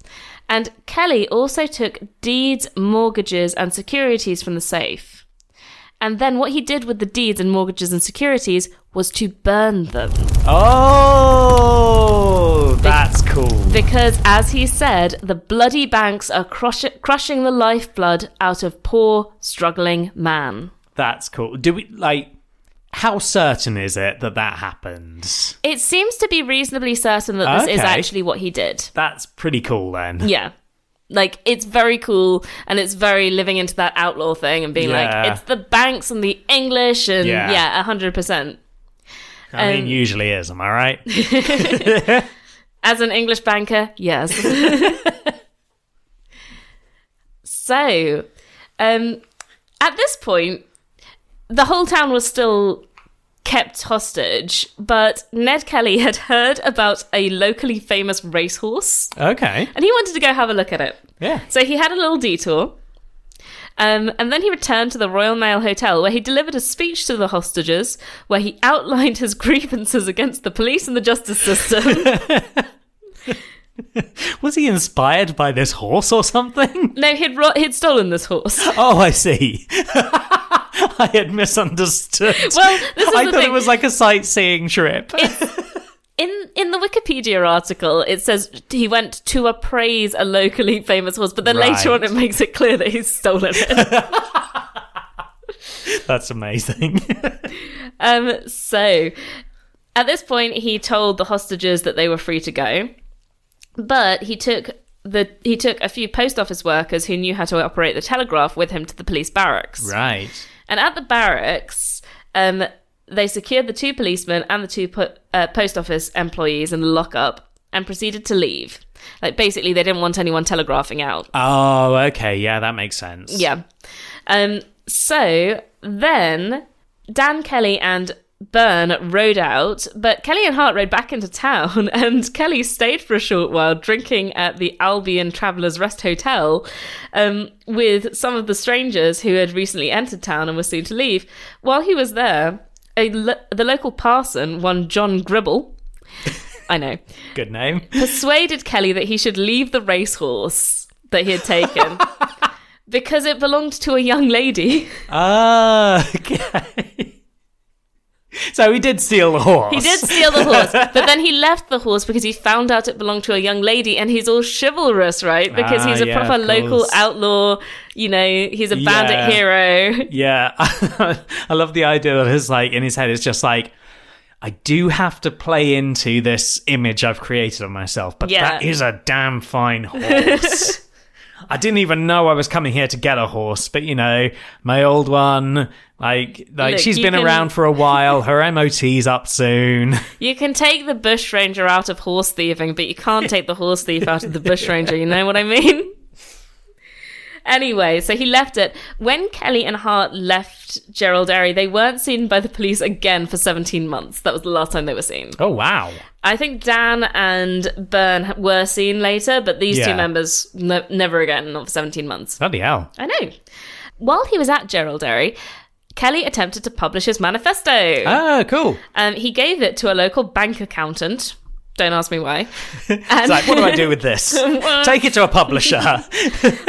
[SPEAKER 1] And Kelly also took deeds, mortgages, and securities from the safe. And then what he did with the deeds and mortgages and securities was to burn them.
[SPEAKER 2] Oh, that's cool.
[SPEAKER 1] Because, as he said, the bloody banks are crush- crushing the lifeblood out of poor, struggling man.
[SPEAKER 2] That's cool. Do we like? How certain is it that that happens?
[SPEAKER 1] It seems to be reasonably certain that this is
[SPEAKER 2] Okay.
[SPEAKER 1] actually what he did.
[SPEAKER 2] That's pretty cool then.
[SPEAKER 1] Yeah. Like, it's very cool, and it's very living into that outlaw thing and being
[SPEAKER 2] Yeah.
[SPEAKER 1] like, it's the banks and the English, and
[SPEAKER 2] Yeah.
[SPEAKER 1] yeah, 100%.
[SPEAKER 2] I mean,
[SPEAKER 1] Um,
[SPEAKER 2] usually is. Am I right?
[SPEAKER 1] As an English banker, yes. so, um, at this point, the whole town was still kept hostage, but Ned Kelly had heard about a locally famous racehorse
[SPEAKER 2] okay.
[SPEAKER 1] and he wanted to go have a look at it.
[SPEAKER 2] Yeah.
[SPEAKER 1] So he had a little detour. Um, and then he returned to the Royal Mail Hotel, where he delivered a speech to the hostages, where he outlined his grievances against the police and the justice system.
[SPEAKER 2] Was he inspired by this horse or something?
[SPEAKER 1] No, he'd ro- he'd stolen this horse.
[SPEAKER 2] Oh, I see. I had misunderstood.
[SPEAKER 1] Well, this is
[SPEAKER 2] I
[SPEAKER 1] the
[SPEAKER 2] thought
[SPEAKER 1] thing.
[SPEAKER 2] it was like a sightseeing trip.
[SPEAKER 1] in in the Wikipedia article, it says he went to appraise a locally famous horse, but then later on,
[SPEAKER 2] Right.
[SPEAKER 1] it makes it clear that he's stolen it.
[SPEAKER 2] That's amazing.
[SPEAKER 1] um, so at this point, he told the hostages that they were free to go, but he took. The, he took a few post office workers who knew how to operate the telegraph with him to the police barracks.
[SPEAKER 2] right.
[SPEAKER 1] And at the barracks, um, they secured the two policemen and the two po- uh, post office employees in the lockup and proceeded to leave. Like, basically, they didn't want anyone telegraphing out.
[SPEAKER 2] Oh, okay. Yeah, that makes sense.
[SPEAKER 1] Yeah. Um, so then Dan Kelly and Byrne rode out, but Kelly and Hart rode back into town, and Kelly stayed for a short while drinking at the Albion Traveller's Rest Hotel um, with some of the strangers who had recently entered town and were soon to leave. While he was there, a lo- the local parson, one John Gribble, I know,
[SPEAKER 2] Good name.
[SPEAKER 1] persuaded Kelly that he should leave the racehorse that he had taken because it belonged to a young lady.
[SPEAKER 2] Ah, okay. So he did steal the horse.
[SPEAKER 1] He did steal the horse, but then he left the horse because he found out it belonged to a young lady, and he's all chivalrous, right? Because
[SPEAKER 2] Ah,
[SPEAKER 1] he's a
[SPEAKER 2] yeah,
[SPEAKER 1] proper
[SPEAKER 2] of
[SPEAKER 1] local
[SPEAKER 2] course.
[SPEAKER 1] outlaw. You know, he's a bandit
[SPEAKER 2] Yeah.
[SPEAKER 1] hero.
[SPEAKER 2] Yeah, I love the idea that it's like in his head. It's just like I do have to play into this image I've created of myself, but
[SPEAKER 1] Yeah.
[SPEAKER 2] that is a damn fine horse. I didn't even know I was coming here to get a horse, but you know, my old one, like, like
[SPEAKER 1] Look,
[SPEAKER 2] she's
[SPEAKER 1] you
[SPEAKER 2] been
[SPEAKER 1] can-
[SPEAKER 2] around for a while. Her MOT's up soon.
[SPEAKER 1] You can take the bush ranger out of horse thieving, but you can't take the horse thief out of the bush ranger. You know what I mean? Anyway, so he left it. When Kelly and Hart left Gerald Airy, they weren't seen by the police again for 17 months. That was the last time they were seen.
[SPEAKER 2] Oh wow!
[SPEAKER 1] I think Dan and Byrne were seen later, but these two
[SPEAKER 2] Yeah.
[SPEAKER 1] members no- never again, not for 17 months.
[SPEAKER 2] Bloody hell!
[SPEAKER 1] I know. While he was at Gerald Airy, Kelly attempted to publish his manifesto.
[SPEAKER 2] Ah, cool.
[SPEAKER 1] Um, he gave it to a local bank accountant. Don't ask me why. And,
[SPEAKER 2] It's like, what do I do with this? Take it to a publisher.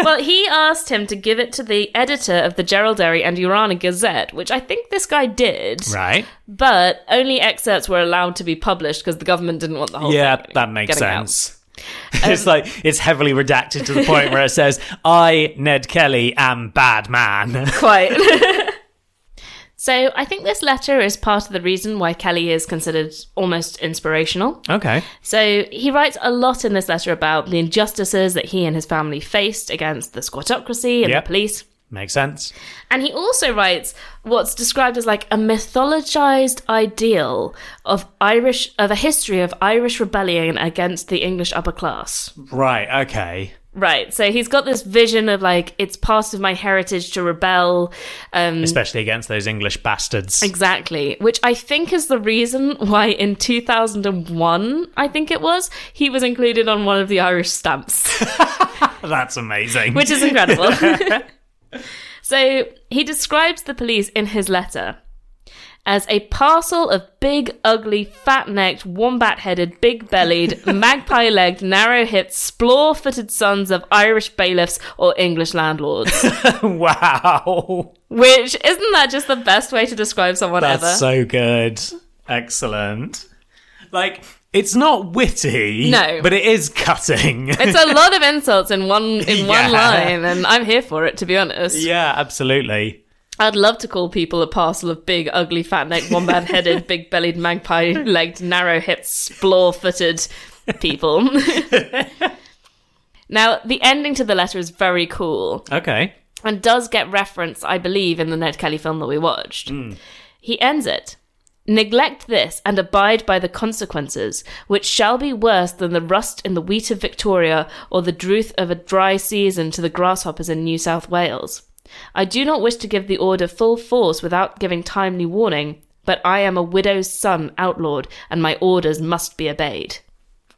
[SPEAKER 1] well, he asked him to give it to the editor of the Gerald Airy and Urana Gazette, which I think this guy did,
[SPEAKER 2] right.
[SPEAKER 1] but only excerpts were allowed to be published because the government didn't want the whole
[SPEAKER 2] Yeah,
[SPEAKER 1] thing
[SPEAKER 2] that makes
[SPEAKER 1] getting out. Um,
[SPEAKER 2] sense. it's like it's heavily redacted to the point where it says, "I, Ned Kelly, am bad man."
[SPEAKER 1] Quite. so I think this letter is part of the reason why Kelly is considered almost inspirational.
[SPEAKER 2] Okay.
[SPEAKER 1] So he writes a lot in this letter about the injustices that he and his family faced against the squatocracy and
[SPEAKER 2] Yep.
[SPEAKER 1] the police.
[SPEAKER 2] Makes sense.
[SPEAKER 1] And he also writes what's described as like a mythologized ideal of Irish of a history of Irish rebellion against the English upper class.
[SPEAKER 2] Right, okay.
[SPEAKER 1] Right. So he's got this vision of like it's part of my heritage to rebel. Um
[SPEAKER 2] Especially against those English bastards.
[SPEAKER 1] Exactly, which I think is the reason why in 2001, I think it was, he was included on one of the Irish stamps,
[SPEAKER 2] That's amazing.
[SPEAKER 1] which is incredible. so he describes the police in his letter as a parcel of big, ugly, fat necked, wombat headed, big bellied, magpie legged, narrow hipped, splore footed sons of Irish bailiffs or English landlords.
[SPEAKER 2] wow.
[SPEAKER 1] Which, isn't that just the best way to describe someone
[SPEAKER 2] That's
[SPEAKER 1] ever?
[SPEAKER 2] so good. Excellent. Like, it's not witty.
[SPEAKER 1] No.
[SPEAKER 2] But it is cutting.
[SPEAKER 1] it's a lot of insults in one in one
[SPEAKER 2] Yeah.
[SPEAKER 1] line, and I'm here for it. To be honest,
[SPEAKER 2] yeah, absolutely.
[SPEAKER 1] I'd love to call people a parcel of big, ugly, fat-necked, wombat-headed, big-bellied, magpie-legged, narrow-hipped, splore-footed people. now, the ending to the letter is very cool
[SPEAKER 2] Okay.
[SPEAKER 1] and does get reference, I believe, in the Ned Kelly film that we watched. He ends it. Neglect this and abide by the consequences, which shall be worse than the rust in the wheat of Victoria or the druth of a dry season to the grasshoppers in New South Wales. I do not wish to give the order full force without giving timely warning, but I am a widow's son outlawed, and my orders must be obeyed.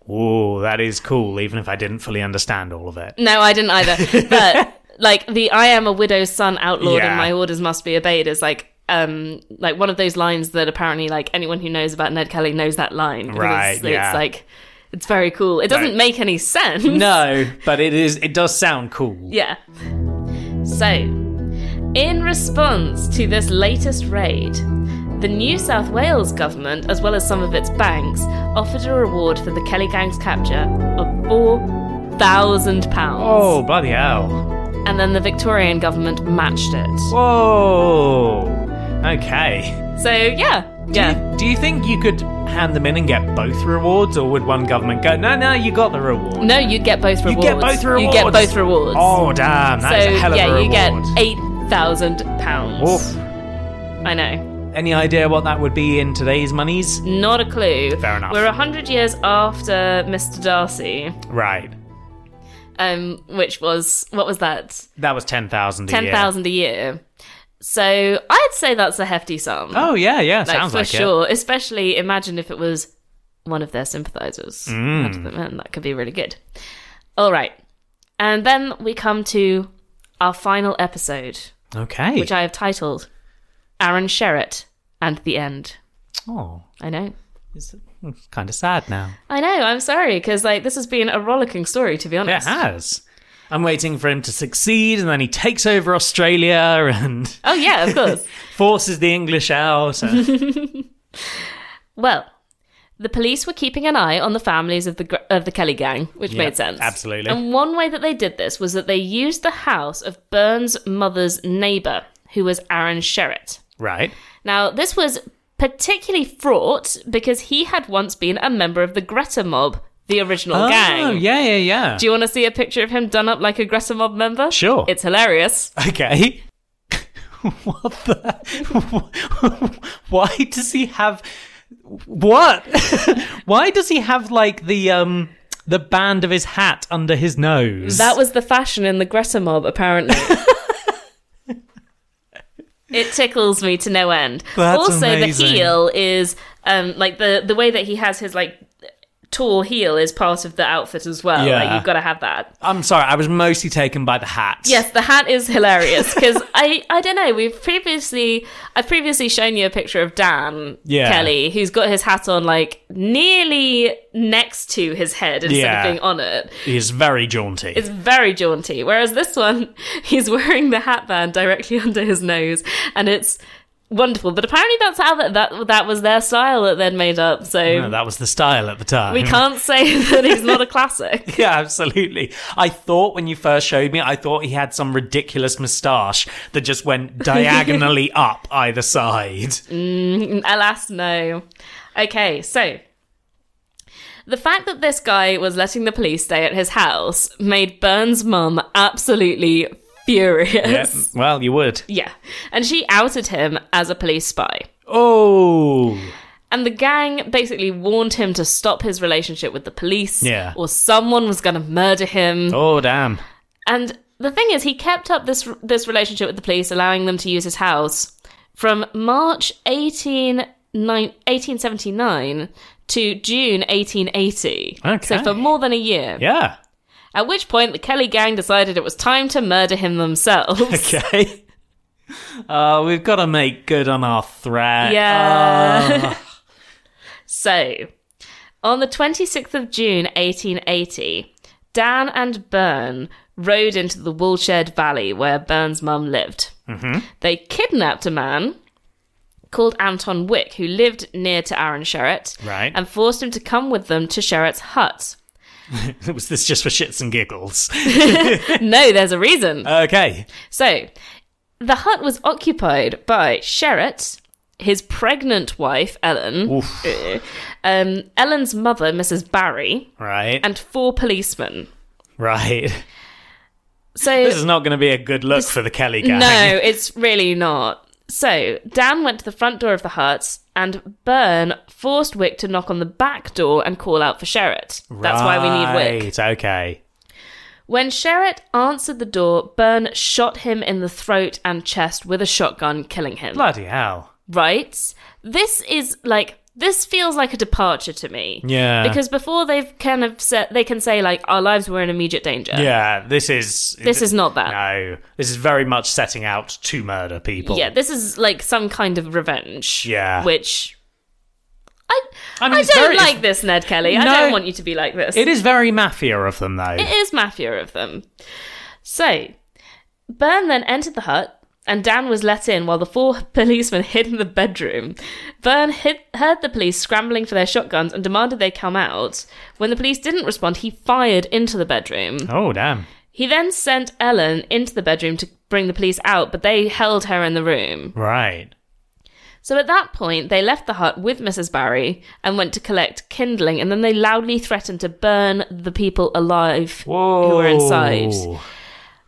[SPEAKER 2] Ooh, that is cool, even if I didn't fully understand all of it.
[SPEAKER 1] No, I didn't either. But like the "I am a widow's son outlawed and
[SPEAKER 2] Yeah.
[SPEAKER 1] my orders must be obeyed" is like um like one of those lines that apparently like anyone who knows about Ned Kelly knows that line. because
[SPEAKER 2] Right,
[SPEAKER 1] It's,
[SPEAKER 2] yeah.
[SPEAKER 1] it's like it's very cool. It doesn't
[SPEAKER 2] Right.
[SPEAKER 1] make any sense.
[SPEAKER 2] No, but it is it does sound cool.
[SPEAKER 1] Yeah. So, in response to this latest raid, the New South Wales government, as well as some of its banks, offered a reward for the Kelly gang's capture of four thousand pounds.
[SPEAKER 2] Oh, bloody hell.
[SPEAKER 1] and then the Victorian government matched it.
[SPEAKER 2] Whoa. Okay.
[SPEAKER 1] So yeah, yeah.
[SPEAKER 2] Do you think you could hand them in and get both rewards, or would one government go, no, no, you got the reward?
[SPEAKER 1] No, you'd get both
[SPEAKER 2] You
[SPEAKER 1] rewards.
[SPEAKER 2] get both rewards.
[SPEAKER 1] You get both rewards.
[SPEAKER 2] Oh damn!
[SPEAKER 1] so
[SPEAKER 2] That's a hell of
[SPEAKER 1] yeah,
[SPEAKER 2] a reward.
[SPEAKER 1] you get eight thousand pounds.
[SPEAKER 2] Oof.
[SPEAKER 1] I know.
[SPEAKER 2] Any idea what that would be in today's monies?
[SPEAKER 1] Not a clue.
[SPEAKER 2] Fair enough.
[SPEAKER 1] We're a hundred years after Mr. Darcy,
[SPEAKER 2] Right.
[SPEAKER 1] um, which was what was that?
[SPEAKER 2] That was ten thousand.
[SPEAKER 1] Ten thousand a year. So I'd say that's a hefty sum.
[SPEAKER 2] Oh yeah, yeah. sounds
[SPEAKER 1] for
[SPEAKER 2] like
[SPEAKER 1] sure. Especially imagine if it was one of their sympathizers.
[SPEAKER 2] Mm.
[SPEAKER 1] Man, that could be really good. All right, and then we come to our final episode,
[SPEAKER 2] it. Okay.
[SPEAKER 1] which I have titled "Aaron Sherritt and the End."
[SPEAKER 2] oh,
[SPEAKER 1] I know,
[SPEAKER 2] it's, kind of sad now.
[SPEAKER 1] I know. I'm sorry because like this has been a rollicking story, to be
[SPEAKER 2] It
[SPEAKER 1] honest.
[SPEAKER 2] has. I'm waiting for him to succeed, and then he takes over Australia and
[SPEAKER 1] Oh yeah, of course.
[SPEAKER 2] forces the English out. and-
[SPEAKER 1] well. The police were keeping an eye on the families of the gr- of the Kelly gang, which
[SPEAKER 2] Yeah,
[SPEAKER 1] made sense.
[SPEAKER 2] absolutely.
[SPEAKER 1] And one way that they did this was that they used the house of Burns' mother's neighbor, who was Aaron Sherritt.
[SPEAKER 2] right.
[SPEAKER 1] Now, this was particularly fraught because he had once been a member of the Greta mob, the original
[SPEAKER 2] Oh
[SPEAKER 1] gang.
[SPEAKER 2] yeah, yeah, yeah.
[SPEAKER 1] Do you want to see a picture of him done up like a Greta mob member?
[SPEAKER 2] Sure.
[SPEAKER 1] It's hilarious.
[SPEAKER 2] Okay. what the? Why does he have? What? Why does he have like the um the band of his hat under his nose?
[SPEAKER 1] That was the fashion in the Greta mob, apparently. it tickles me to no end.
[SPEAKER 2] That's
[SPEAKER 1] also,
[SPEAKER 2] amazing.
[SPEAKER 1] the heel is um, like the the way that he has his like tall heel is part of the outfit as well. Like
[SPEAKER 2] Yeah.
[SPEAKER 1] you've got to have that.
[SPEAKER 2] I'm sorry, I was mostly taken by the hat.
[SPEAKER 1] Yes, the hat is hilarious because I I don't know. We've previously I've previously shown you a picture of Dan
[SPEAKER 2] Yeah.
[SPEAKER 1] Kelly who's got his hat on like nearly next to his head instead
[SPEAKER 2] Yeah.
[SPEAKER 1] of being on it.
[SPEAKER 2] he's very jaunty.
[SPEAKER 1] It's very jaunty. Whereas this one, he's wearing the hat band directly under his nose, and it's wonderful. But apparently, that's how that that, that was their style that they'd made up. So
[SPEAKER 2] No, that was the style at the time.
[SPEAKER 1] we can't say that he's not a classic.
[SPEAKER 2] Yeah, absolutely. I thought when you first showed me, I thought he had some ridiculous moustache that just went diagonally up either side.
[SPEAKER 1] Alas, no. Okay, so the fact that this guy was letting the police stay at his house made Burns' mum absolutely furious.
[SPEAKER 2] Yeah, well, you would.
[SPEAKER 1] Yeah. And she outed him as a police spy.
[SPEAKER 2] Oh,
[SPEAKER 1] And the gang basically warned him to stop his relationship with the police,
[SPEAKER 2] Yeah.
[SPEAKER 1] or someone was going to murder him.
[SPEAKER 2] oh, damn.
[SPEAKER 1] And the thing is, he kept up this this relationship with the police, allowing them to use his house from March 18, nine- 1879 to June 1880. So
[SPEAKER 2] Okay.
[SPEAKER 1] for more than a year.
[SPEAKER 2] Yeah.
[SPEAKER 1] At which point, the Kelly gang decided it was time to murder him themselves.
[SPEAKER 2] Okay. Oh, we've got to make good on our threat.
[SPEAKER 1] Yeah. So, on the 26th of June 1880, Dan and Byrne rode into the Woolshed Valley where Byrne's mum lived. They kidnapped a man called Anton Wick, who lived near to Aaron Sherritt,
[SPEAKER 2] Right.
[SPEAKER 1] and forced him to come with them to Sherritt's hut.
[SPEAKER 2] Oh, was this just for shits and giggles?
[SPEAKER 1] no, there's a reason.
[SPEAKER 2] Okay.
[SPEAKER 1] So, the hut was occupied by Sherritt, his pregnant wife, Ellen,
[SPEAKER 2] Oof.
[SPEAKER 1] um, Ellen's mother, Mrs. Barry,
[SPEAKER 2] Right.
[SPEAKER 1] and four policemen.
[SPEAKER 2] right.
[SPEAKER 1] So
[SPEAKER 2] This is not going to be a good look for the Kelly gang.
[SPEAKER 1] no, it's really not. So Dan went to the front door of the hut, and Byrne forced Wick to knock on the back door and call out for Sherritt. That's why we need Wick.
[SPEAKER 2] Right, Okay.
[SPEAKER 1] When Sherritt answered the door, Byrne shot him in the throat and chest with a shotgun, killing him.
[SPEAKER 2] Bloody hell.
[SPEAKER 1] right? This is like this feels like a departure to me.
[SPEAKER 2] Yeah.
[SPEAKER 1] Because before they've kind of said they can say like our lives were in immediate danger.
[SPEAKER 2] Yeah, this is.
[SPEAKER 1] This is not that.
[SPEAKER 2] No. This is very much setting out to murder people.
[SPEAKER 1] Yeah, this is like some kind of revenge.
[SPEAKER 2] Yeah.
[SPEAKER 1] Which I
[SPEAKER 2] I
[SPEAKER 1] I,
[SPEAKER 2] mean, it's
[SPEAKER 1] don't
[SPEAKER 2] very-
[SPEAKER 1] like this, Ned Kelly. I
[SPEAKER 2] No.
[SPEAKER 1] don't want you to be like this.
[SPEAKER 2] It is very mafia of them, though.
[SPEAKER 1] It is mafia of them. So, Byrne then entered the hut, and Dan was let in while the four policemen hid in the bedroom. Byrne hid, heard the police scrambling for their shotguns and demanded they come out. When the police didn't respond, he fired into the bedroom.
[SPEAKER 2] Oh, damn.
[SPEAKER 1] He then sent Ellen into the bedroom to bring the police out, but they held her in the room.
[SPEAKER 2] Right.
[SPEAKER 1] So at that point, they left the hut with Mrs. Barry and went to collect kindling, and then they loudly threatened to burn the people alive
[SPEAKER 2] Whoa.
[SPEAKER 1] who were inside.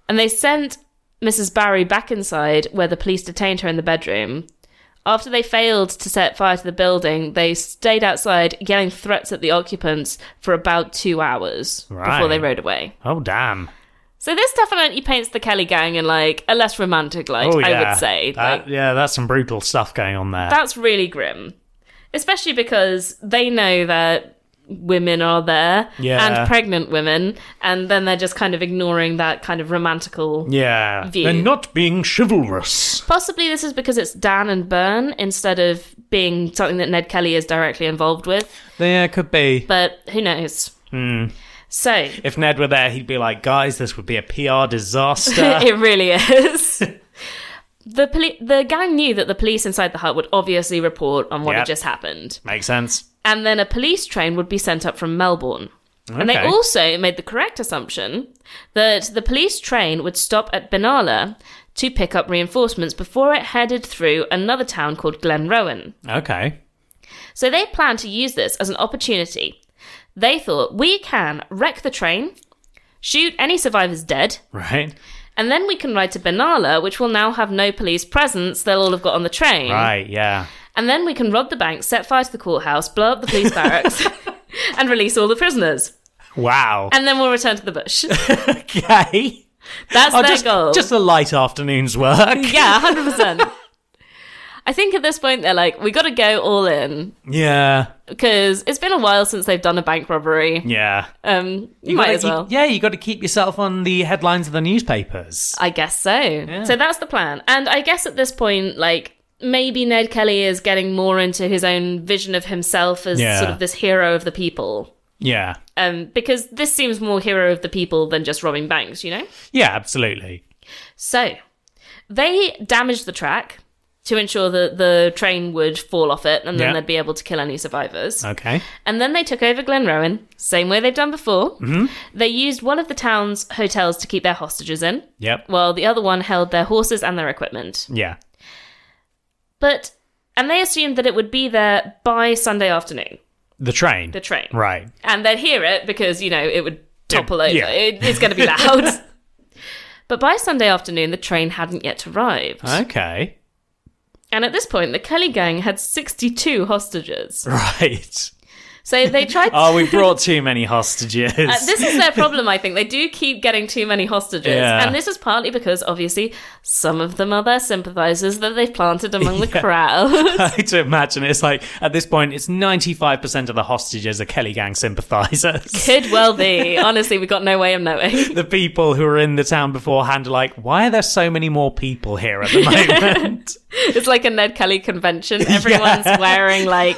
[SPEAKER 1] And they sent Mrs. Barry back inside where the police detained her in the bedroom. After they failed to set fire to the building, they stayed outside yelling threats at the occupants for about two hours
[SPEAKER 2] Right.
[SPEAKER 1] before they rode away.
[SPEAKER 2] Oh, damn.
[SPEAKER 1] So this definitely paints the Kelly gang in like a less romantic light,
[SPEAKER 2] Oh,
[SPEAKER 1] I
[SPEAKER 2] yeah.
[SPEAKER 1] would say.
[SPEAKER 2] That-
[SPEAKER 1] Like,
[SPEAKER 2] yeah, that's some brutal stuff going on there.
[SPEAKER 1] that's really grim. Especially because they know that women are there
[SPEAKER 2] Yeah.
[SPEAKER 1] and pregnant women, and then they're just kind of ignoring that kind of romantical
[SPEAKER 2] yeah.
[SPEAKER 1] View.
[SPEAKER 2] They're not being chivalrous.
[SPEAKER 1] Possibly this is because it's Dan and Byrne instead of being something that Ned Kelly is directly involved with,
[SPEAKER 2] Yeah, could be.
[SPEAKER 1] but who knows?
[SPEAKER 2] Hmm.
[SPEAKER 1] So,
[SPEAKER 2] If Ned were there, he'd be like, guys, this would be a PR disaster.
[SPEAKER 1] it really is. the, poli- the gang knew that the police inside the hut would obviously report on what
[SPEAKER 2] Yep.
[SPEAKER 1] had just happened,
[SPEAKER 2] Makes sense.
[SPEAKER 1] and then a police train would be sent up from Melbourne. And they
[SPEAKER 2] Okay.
[SPEAKER 1] also made the correct assumption that the police train would stop at Benalla to pick up reinforcements before it headed through another town called Glenrowan.
[SPEAKER 2] Okay.
[SPEAKER 1] So they planned to use this as an opportunity. They thought we can wreck the train, shoot any survivors dead,
[SPEAKER 2] Right.
[SPEAKER 1] and then we can ride to Benalla, which will now have no police presence. They'll all have got on the train.
[SPEAKER 2] Right, yeah.
[SPEAKER 1] And then we can rob the bank, set fire to the courthouse, blow up the police barracks, and release all the prisoners.
[SPEAKER 2] Wow.
[SPEAKER 1] And then we'll return to the bush.
[SPEAKER 2] okay.
[SPEAKER 1] That's
[SPEAKER 2] Oh,
[SPEAKER 1] their
[SPEAKER 2] just,
[SPEAKER 1] goal.
[SPEAKER 2] just a light afternoon's work.
[SPEAKER 1] yeah, 100%. I think at this point they're like, we got to go all in
[SPEAKER 2] Yeah.
[SPEAKER 1] because it's been a while since they've done a bank robbery.
[SPEAKER 2] Yeah.
[SPEAKER 1] Um, you
[SPEAKER 2] gotta-
[SPEAKER 1] might as well.
[SPEAKER 2] yeah, you got to keep yourself on the headlines of the newspapers.
[SPEAKER 1] I guess so. So that's the plan. And I guess at this point, like, maybe Ned Kelly is getting more into his own vision of himself as
[SPEAKER 2] Yeah.
[SPEAKER 1] sort of this hero of the people.
[SPEAKER 2] Yeah.
[SPEAKER 1] Um, because this seems more hero of the people than just robbing banks, you know?
[SPEAKER 2] Yeah, absolutely.
[SPEAKER 1] So they damaged the track to ensure that the train would fall off it and then
[SPEAKER 2] Yeah. Uh.
[SPEAKER 1] they'd be able to kill any survivors.
[SPEAKER 2] Okay.
[SPEAKER 1] And then they took over Glenrowan, same way they've done before.
[SPEAKER 2] Mm-hmm.
[SPEAKER 1] They used one of the town's hotels to keep their hostages in,
[SPEAKER 2] Yep.
[SPEAKER 1] while the other one held their horses and their equipment.
[SPEAKER 2] Yeah.
[SPEAKER 1] But and they assumed that it would be there by Sunday afternoon,
[SPEAKER 2] The train.
[SPEAKER 1] the train.
[SPEAKER 2] Right.
[SPEAKER 1] And they'd hear it because, you know, it would topple over.
[SPEAKER 2] yeah.
[SPEAKER 1] It- it's going to be loud. but by Sunday afternoon, the train hadn't yet arrived.
[SPEAKER 2] Okay.
[SPEAKER 1] And at this point, the Kelly gang had 62 hostages.
[SPEAKER 2] Right.
[SPEAKER 1] So they tried. to-
[SPEAKER 2] Oh, we brought too many hostages.
[SPEAKER 1] Uh, this is their problem, I think. They do keep getting too many hostages.
[SPEAKER 2] Yeah.
[SPEAKER 1] And this is partly because, obviously, some of them are their sympathizers that they've planted among the crowd.
[SPEAKER 2] I to imagine it's like at this point, it's ninety five percent of the hostages are Kelly Gang sympathisers.
[SPEAKER 1] Could well be. Honestly, we got no way of knowing.
[SPEAKER 2] the people who were in the town beforehand are like, why are there so many more people here at the moment?
[SPEAKER 1] It's like a Ned Kelly convention. Everyone's wearing, like,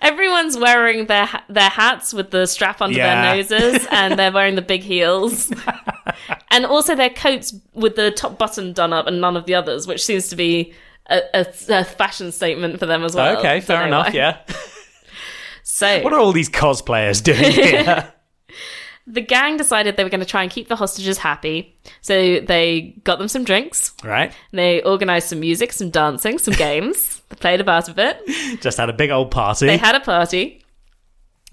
[SPEAKER 1] everyone's wearing their ha- their hats with the strap under their
[SPEAKER 2] Yeah.
[SPEAKER 1] noses and they're wearing the big heels. and also their coats with the top button done up and none of the others, which seems to be. A, a, a fashion statement for them as well.
[SPEAKER 2] okay,
[SPEAKER 1] Don't
[SPEAKER 2] fair
[SPEAKER 1] know
[SPEAKER 2] enough.
[SPEAKER 1] why.
[SPEAKER 2] Yeah.
[SPEAKER 1] So,
[SPEAKER 2] What are all these cosplayers doing here?
[SPEAKER 1] the gang decided they were going to try and keep the hostages happy. So they got them some drinks.
[SPEAKER 2] right.
[SPEAKER 1] They organized some music, some dancing, some games. they played about a bit.
[SPEAKER 2] Just had a big old party.
[SPEAKER 1] They had a party.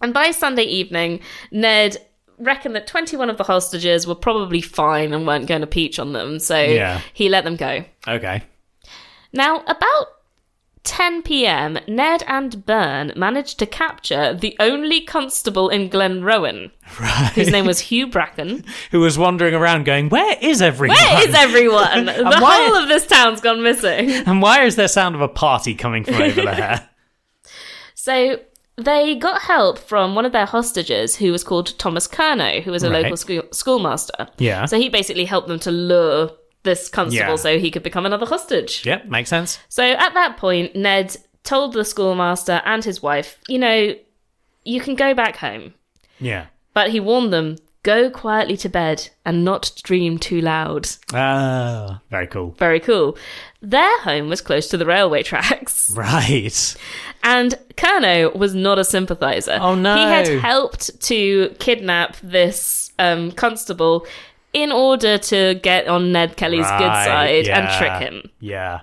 [SPEAKER 1] And by Sunday evening, Ned reckoned that 21 of the hostages were probably fine and weren't going to peach on them. So
[SPEAKER 2] Yeah.
[SPEAKER 1] he let them go.
[SPEAKER 2] okay.
[SPEAKER 1] Now, about 10 p.m., Ned and Byrne managed to capture the only constable in Glen Rowan, whose
[SPEAKER 2] Right.
[SPEAKER 1] name was Hugh Bracken.
[SPEAKER 2] Who was wandering around going, Where is everyone?
[SPEAKER 1] Where is everyone? The
[SPEAKER 2] why-
[SPEAKER 1] whole of this town's gone missing.
[SPEAKER 2] and why is there sound of a party coming from over there?
[SPEAKER 1] So they got help from one of their hostages who was called Thomas Kerno, who was a
[SPEAKER 2] Right.
[SPEAKER 1] local school- schoolmaster.
[SPEAKER 2] Yeah.
[SPEAKER 1] So he basically helped them to lure this constable
[SPEAKER 2] Yeah.
[SPEAKER 1] so he could become another hostage.
[SPEAKER 2] yep, makes sense.
[SPEAKER 1] So at that point, Ned told the schoolmaster and his wife, you know, you can go back home.
[SPEAKER 2] Yeah.
[SPEAKER 1] But he warned them, go quietly to bed and not dream too loud.
[SPEAKER 2] Ah, very cool.
[SPEAKER 1] Very cool. Their home was close to the railway tracks.
[SPEAKER 2] Right.
[SPEAKER 1] And Kerno was not a sympathizer.
[SPEAKER 2] Oh, no.
[SPEAKER 1] He had helped to kidnap this um, constable in order to get on Ned Kelly's
[SPEAKER 2] Right,
[SPEAKER 1] good side
[SPEAKER 2] yeah.
[SPEAKER 1] and trick him.
[SPEAKER 2] Yeah.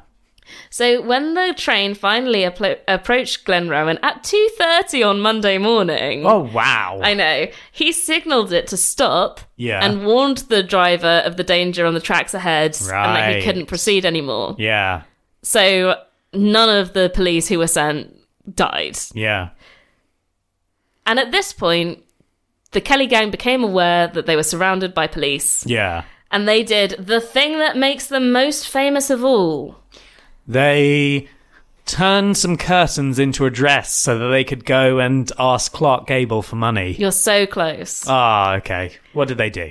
[SPEAKER 1] So when the train finally appro- approached Glen Rowan at 2:30 on Monday morning,
[SPEAKER 2] Oh, wow.
[SPEAKER 1] I know, he signaled it to stop
[SPEAKER 2] Yeah.
[SPEAKER 1] and warned the driver of the danger on the tracks ahead and that
[SPEAKER 2] Right.
[SPEAKER 1] he couldn't proceed anymore.
[SPEAKER 2] yeah.
[SPEAKER 1] So none of the police who were sent died.
[SPEAKER 2] Yeah.
[SPEAKER 1] And at this point, the Kelly gang became aware that they were surrounded by police,
[SPEAKER 2] Yeah.
[SPEAKER 1] and they did the thing that makes them most famous of all.
[SPEAKER 2] They turned some curtains into a dress so that they could go and ask Clark Gable for money.
[SPEAKER 1] You're so close.
[SPEAKER 2] Ah, okay. What did they do?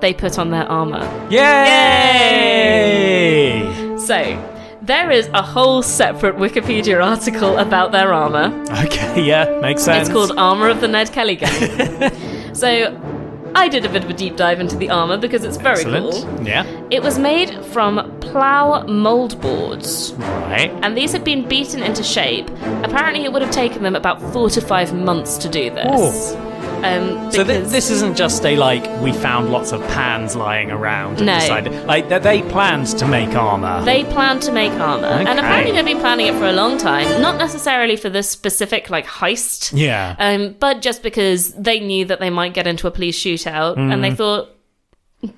[SPEAKER 1] They put on their armor.
[SPEAKER 2] Yay!
[SPEAKER 1] So, there is a whole separate Wikipedia article about their armor.
[SPEAKER 2] Okay, yeah, makes sense.
[SPEAKER 1] It's called Armor of the Ned Kelly Gang. so, I did a bit of a deep dive into the armor because it's very cool.
[SPEAKER 2] Excellent. Yeah.
[SPEAKER 1] It was made from plough mold boards.
[SPEAKER 2] Right.
[SPEAKER 1] and these had been beaten into shape. Apparently, it would have taken them about four to five months to do this. Um,
[SPEAKER 2] So thi-
[SPEAKER 1] because-
[SPEAKER 2] this isn't just a like we found lots of pans lying around. And
[SPEAKER 1] No.
[SPEAKER 2] decided, like that they planned to make armor.
[SPEAKER 1] They planned to make armor,
[SPEAKER 2] Okay.
[SPEAKER 1] and apparently they've been planning it for a long time. Not necessarily for this specific like heist,
[SPEAKER 2] yeah.
[SPEAKER 1] um, but just because they knew that they might get into a police shootout, and
[SPEAKER 2] Mm.
[SPEAKER 1] they thought,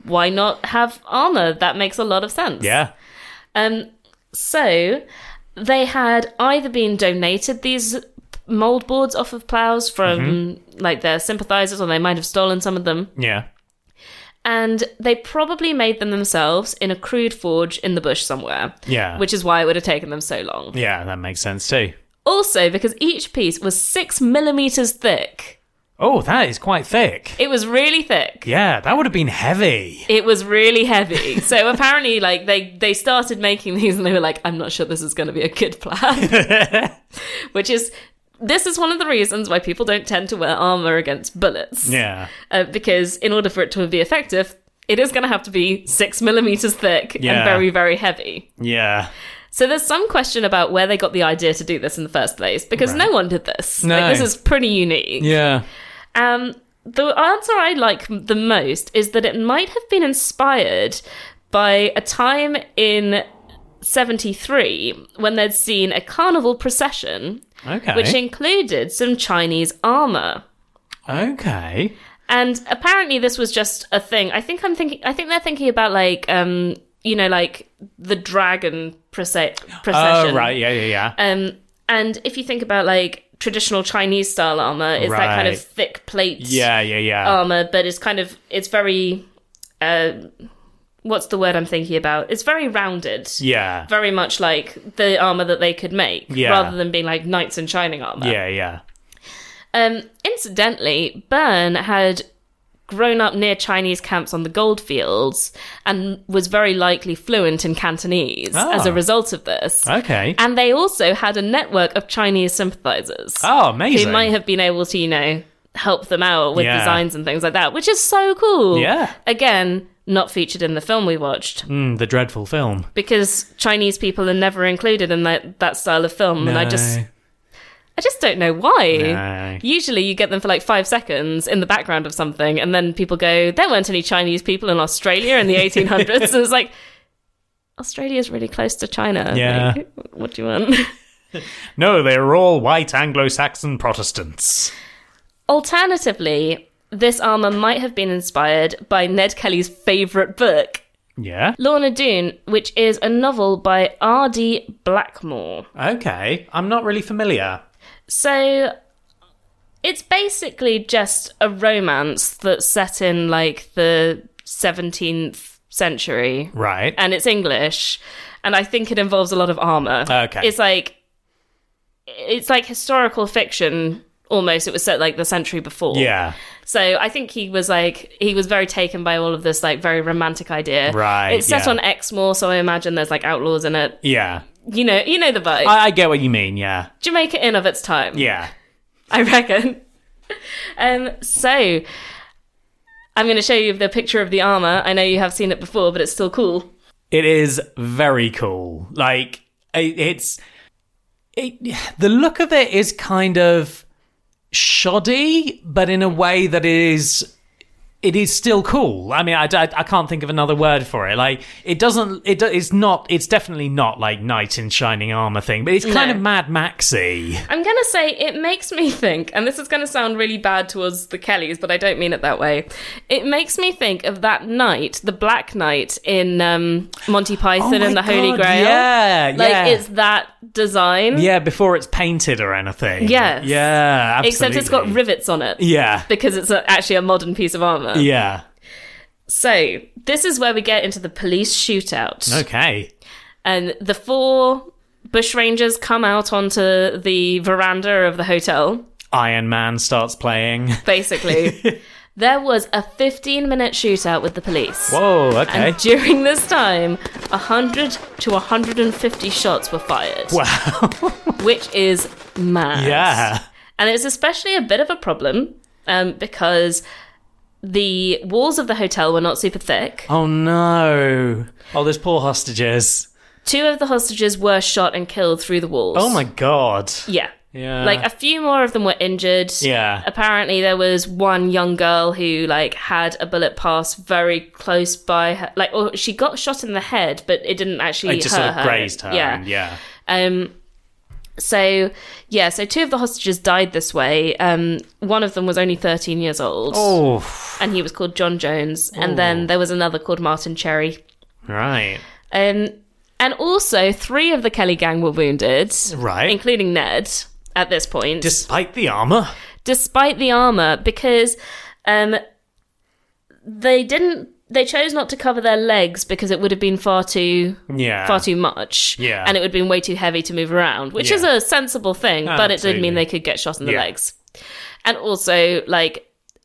[SPEAKER 1] why not have armor? That makes a lot of sense.
[SPEAKER 2] yeah.
[SPEAKER 1] Um, so they had either been donated these mold boards off of plows from
[SPEAKER 2] Mm-hmm.
[SPEAKER 1] like their sympathizers, or they might have stolen some of them,
[SPEAKER 2] Yeah.
[SPEAKER 1] and they probably made them themselves in a crude forge in the bush somewhere.
[SPEAKER 2] Yeah.
[SPEAKER 1] Which is why it would have taken them so long.
[SPEAKER 2] Yeah, that makes sense too.
[SPEAKER 1] Also, because each piece was six millimeters thick,
[SPEAKER 2] Oh, that is quite thick.
[SPEAKER 1] it was really thick.
[SPEAKER 2] Yeah, that would have been heavy.
[SPEAKER 1] It was really heavy. So apparently, like they they started making these, and they were like, "I'm not sure this is going to be a good plan," which is. This is one of the reasons why people don't tend to wear armor against bullets.
[SPEAKER 2] Yeah.
[SPEAKER 1] Uh, because in order for it to be effective, it is going to have to be six millimeters thick
[SPEAKER 2] Yeah.
[SPEAKER 1] and very, very heavy.
[SPEAKER 2] Yeah.
[SPEAKER 1] So there's some question about where they got the idea to do this in the first place because no one did this.
[SPEAKER 2] No.
[SPEAKER 1] Like, this is pretty unique.
[SPEAKER 2] Yeah.
[SPEAKER 1] Um, the answer I like the most is that it might have been inspired by a time in 73 when they'd seen a carnival procession,
[SPEAKER 2] Okay.
[SPEAKER 1] which included some Chinese armor.
[SPEAKER 2] okay.
[SPEAKER 1] And apparently, this was just a thing. I think I'm thinking. I think they're thinking about like, um, you know, like the dragon proce- procession. Uh,
[SPEAKER 2] Oh right, yeah, yeah, yeah.
[SPEAKER 1] Um, and if you think about like traditional Chinese style armor is that kind
[SPEAKER 2] Right.
[SPEAKER 1] of thick plate
[SPEAKER 2] Yeah, yeah, yeah.
[SPEAKER 1] armor, but it's kind of it's very uh, what's the word I'm thinking about? It's very rounded.
[SPEAKER 2] yeah.
[SPEAKER 1] Very much like the armor that they could make,
[SPEAKER 2] Yeah.
[SPEAKER 1] rather than being like knights in shining armor.
[SPEAKER 2] Yeah, yeah.
[SPEAKER 1] Um, incidentally, Byrne had grown up near Chinese camps on the goldfields and was very likely fluent in Cantonese as
[SPEAKER 2] Ah.
[SPEAKER 1] a result of this.
[SPEAKER 2] Okay.
[SPEAKER 1] And they also had a network of Chinese sympathizers
[SPEAKER 2] Oh,
[SPEAKER 1] who
[SPEAKER 2] amazing.
[SPEAKER 1] might have been able to, you know, help them out with
[SPEAKER 2] Yeah.
[SPEAKER 1] designs and things like that, which is so cool.
[SPEAKER 2] Yeah.
[SPEAKER 1] Again, not featured in the film we watched
[SPEAKER 2] Mm, the dreadful film.
[SPEAKER 1] because Chinese people are never included in that, that style of film. And I just
[SPEAKER 2] No.
[SPEAKER 1] I just don't know why.
[SPEAKER 2] No.
[SPEAKER 1] Usually you get them for like five seconds in the background of something, and then people go, There weren't any Chinese people in Australia in the 1800s. and it's like, Australia's really close to China.
[SPEAKER 2] Yeah.
[SPEAKER 1] Like, what do you want?
[SPEAKER 2] no, they were all white Anglo-Saxon Protestants.
[SPEAKER 1] Alternatively, this armor might have been inspired by Ned Kelly's favourite book,
[SPEAKER 2] Yeah.
[SPEAKER 1] Lorna Doone, which is a novel by R.D. Blackmore.
[SPEAKER 2] Okay. I'm not really familiar.
[SPEAKER 1] So it's basically just a romance that's set in like the 17th century
[SPEAKER 2] Right.
[SPEAKER 1] and it's English and I think it involves a lot of armor.
[SPEAKER 2] Okay.
[SPEAKER 1] It's like it's like historical fiction almost it was set like the century before.
[SPEAKER 2] yeah.
[SPEAKER 1] So I think he was like he was very taken by all of this like very romantic idea.
[SPEAKER 2] Right,
[SPEAKER 1] It's set
[SPEAKER 2] yeah.
[SPEAKER 1] on Exmoor so I imagine there's like outlaws in it.
[SPEAKER 2] Yeah.
[SPEAKER 1] You know, you know the vibe.
[SPEAKER 2] I, I get what you mean. Yeah.
[SPEAKER 1] Jamaica in of its time.
[SPEAKER 2] Yeah.
[SPEAKER 1] I reckon. Um, so I'm going to show you the picture of the armor. I know you have seen it before, but it's still cool.
[SPEAKER 2] It is very cool. Like it, it's it, the look of it is kind of shoddy, but in a way that is it is still cool. I mean, I, I, I can't think of another word for it. Like it doesn't. It do- it's not. It's definitely not like knight in shining armor thing. But it's kind
[SPEAKER 1] No.
[SPEAKER 2] of Mad Maxy.
[SPEAKER 1] I'm going to say it makes me think, and this is going to sound really bad towards the Kellys, but I don't mean it that way. It makes me think of that knight, the Black Knight in um, Monty Python
[SPEAKER 2] Oh my
[SPEAKER 1] and the Holy
[SPEAKER 2] God,
[SPEAKER 1] Grail.
[SPEAKER 2] Yeah,
[SPEAKER 1] Like
[SPEAKER 2] yeah,
[SPEAKER 1] it's that design,
[SPEAKER 2] yeah. Before it's painted or anything.
[SPEAKER 1] Yes.
[SPEAKER 2] Yeah.
[SPEAKER 1] except it's got
[SPEAKER 2] absolutely.
[SPEAKER 1] rivets on it
[SPEAKER 2] Yeah.
[SPEAKER 1] because it's a, actually a modern piece of armor.
[SPEAKER 2] Yeah.
[SPEAKER 1] So this is where we get into the police shootout.
[SPEAKER 2] Okay.
[SPEAKER 1] and the four bushrangers come out onto the veranda of the hotel
[SPEAKER 2] Iron Man starts playing.
[SPEAKER 1] basically there was a 15 minute shootout with the police
[SPEAKER 2] Whoa, okay.
[SPEAKER 1] and during this time 100 to 150 shots were fired
[SPEAKER 2] wow.
[SPEAKER 1] which is mad
[SPEAKER 2] yeah.
[SPEAKER 1] and it was especially a bit of a problem um, because the walls of the hotel were not super thick
[SPEAKER 2] Oh no. Oh, there's poor hostages.
[SPEAKER 1] two of the hostages were shot and killed through the walls
[SPEAKER 2] Oh my god.
[SPEAKER 1] yeah
[SPEAKER 2] Yeah.
[SPEAKER 1] like a few more of them were injured
[SPEAKER 2] yeah.
[SPEAKER 1] apparently there was one young girl who like had a bullet pass very close by her like or she got shot in the head but it didn't actually
[SPEAKER 2] It just
[SPEAKER 1] hurt
[SPEAKER 2] sort of grazed her.
[SPEAKER 1] yeah
[SPEAKER 2] and yeah.
[SPEAKER 1] um so yeah so two of the hostages died this way um one of them was only 13 years old
[SPEAKER 2] Oh,
[SPEAKER 1] and he was called john jones and then there was another called martin cherry
[SPEAKER 2] right.
[SPEAKER 1] um and also three of the kelly gang were wounded
[SPEAKER 2] Right.
[SPEAKER 1] including ned at this point
[SPEAKER 2] Despite the armor.
[SPEAKER 1] despite the armor because um they didn't they chose not to cover their legs because it would have been far too
[SPEAKER 2] Yeah.
[SPEAKER 1] far too much
[SPEAKER 2] Yeah.
[SPEAKER 1] and it would have been way too heavy to move around which is
[SPEAKER 2] Yeah.
[SPEAKER 1] a sensible thing but it did
[SPEAKER 2] Absolutely.
[SPEAKER 1] mean they could get shot in the
[SPEAKER 2] Yeah.
[SPEAKER 1] legs and also like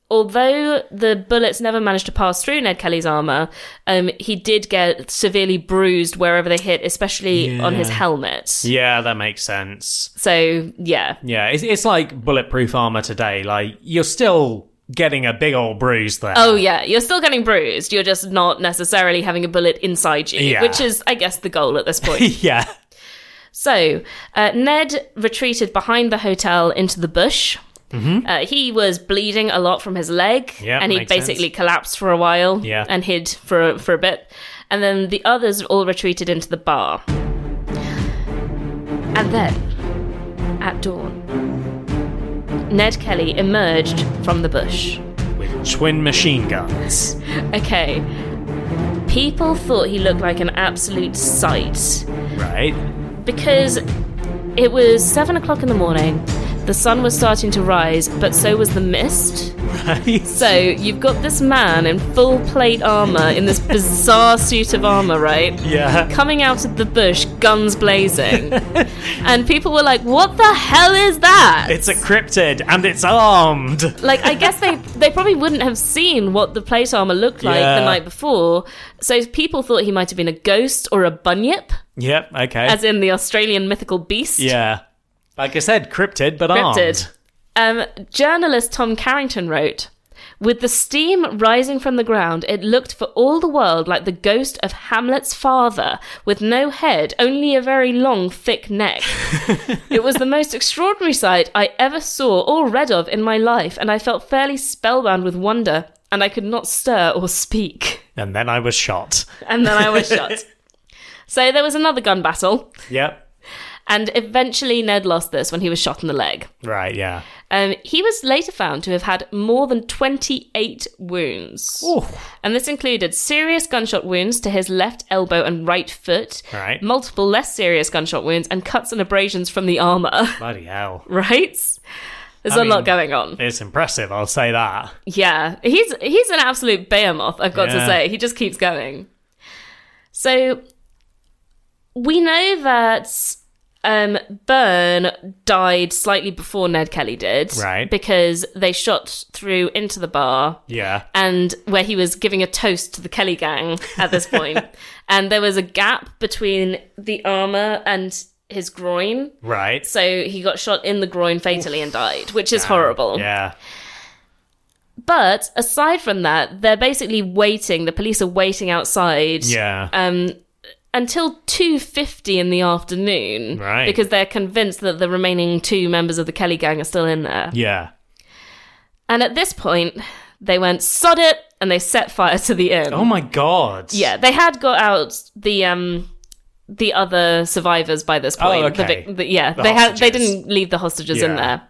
[SPEAKER 1] although the bullets never managed to pass through ned kelly's armor um, he did get severely bruised wherever they hit especially on his
[SPEAKER 2] Yeah.
[SPEAKER 1] helmet
[SPEAKER 2] yeah, that makes sense.
[SPEAKER 1] so yeah
[SPEAKER 2] Yeah, it's, it's like bulletproof armor today. Like you're still getting a big old bruise there.
[SPEAKER 1] Oh yeah, you're still getting bruised. You're just not necessarily having a bullet inside you,
[SPEAKER 2] Yeah.
[SPEAKER 1] which is, I guess, the goal at this point.
[SPEAKER 2] yeah.
[SPEAKER 1] so uh, Ned retreated behind the hotel into the bush. Uh, he was bleeding a lot from his leg,
[SPEAKER 2] Mm-hmm. Yeah,
[SPEAKER 1] and he
[SPEAKER 2] makes sense.
[SPEAKER 1] basically collapsed for a while
[SPEAKER 2] Yeah.
[SPEAKER 1] and hid for for a bit. And then the others all retreated into the bar. And then, at dawn, Ned Kelly emerged from the bush.
[SPEAKER 2] With twin machine guns.
[SPEAKER 1] Okay. People thought he looked like an absolute sight
[SPEAKER 2] Right.
[SPEAKER 1] because it was seven o'clock in the morning. The sun was starting to rise, but so was the mist.
[SPEAKER 2] Right.
[SPEAKER 1] So you've got this man in full plate armor in this bizarre suit of armor, right?
[SPEAKER 2] yeah.
[SPEAKER 1] Coming out of the bush, guns blazing. and people were like, what the hell is that?
[SPEAKER 2] It's a cryptid and it's armed.
[SPEAKER 1] like I guess they they probably wouldn't have seen what the plate armor looked like
[SPEAKER 2] Yeah.
[SPEAKER 1] the night before, so people thought he might have been a ghost or a bunyip,
[SPEAKER 2] Yep. Okay.
[SPEAKER 1] as in the Australian mythical beast.
[SPEAKER 2] yeah. Like I said, cryptid but
[SPEAKER 1] Cryptid.
[SPEAKER 2] armed.
[SPEAKER 1] Um, journalist Tom Carrington wrote. With the steam rising from the ground, it looked for all the world like the ghost of Hamlet's father, with no head, only a very long, thick neck. it was the most extraordinary sight I ever saw or read of in my life, and I felt fairly spellbound with wonder, and I could not stir or speak.
[SPEAKER 2] And then I was shot.
[SPEAKER 1] And then I was shot. So there was another gun battle,
[SPEAKER 2] Yep.
[SPEAKER 1] and eventually Ned lost this when he was shot in the leg.
[SPEAKER 2] Right. Yeah.
[SPEAKER 1] Um, he was later found to have had more than 28 wounds.
[SPEAKER 2] Ooh.
[SPEAKER 1] And this included serious gunshot wounds to his left elbow and right foot,
[SPEAKER 2] Right.
[SPEAKER 1] multiple less serious gunshot wounds, and cuts and abrasions from the armour,
[SPEAKER 2] Bloody hell.
[SPEAKER 1] right? There's a
[SPEAKER 2] I
[SPEAKER 1] lot
[SPEAKER 2] mean-
[SPEAKER 1] going on.
[SPEAKER 2] It's impressive, I'll say that.
[SPEAKER 1] Yeah, he's he's an absolute behemoth. I've got to
[SPEAKER 2] Yeah.
[SPEAKER 1] say, he just keeps going. So we know that um, Byrne died slightly before Ned Kelly did,
[SPEAKER 2] Right.
[SPEAKER 1] Because they shot through into the bar.
[SPEAKER 2] Yeah.
[SPEAKER 1] And where he was giving a toast to the Kelly gang at this point, and there was a gap between the armor and his groin,
[SPEAKER 2] Right.
[SPEAKER 1] so he got shot in the groin fatally and died, which is horrible.
[SPEAKER 2] Yeah.
[SPEAKER 1] But aside from that, they're basically waiting. The police are waiting outside
[SPEAKER 2] Yeah.
[SPEAKER 1] um, until two fifty in the afternoon,
[SPEAKER 2] Right.
[SPEAKER 1] Because they're convinced that the remaining two members of the Kelly gang are still in there.
[SPEAKER 2] yeah.
[SPEAKER 1] And at this point, they went sod it and they set fire to the inn.
[SPEAKER 2] Oh my god.
[SPEAKER 1] Yeah, they had got out the um the other survivors by this point. The
[SPEAKER 2] Oh, okay.
[SPEAKER 1] vic- the- yeah, they had they
[SPEAKER 2] hostages.
[SPEAKER 1] didn't leave the hostages in
[SPEAKER 2] Yeah.
[SPEAKER 1] there.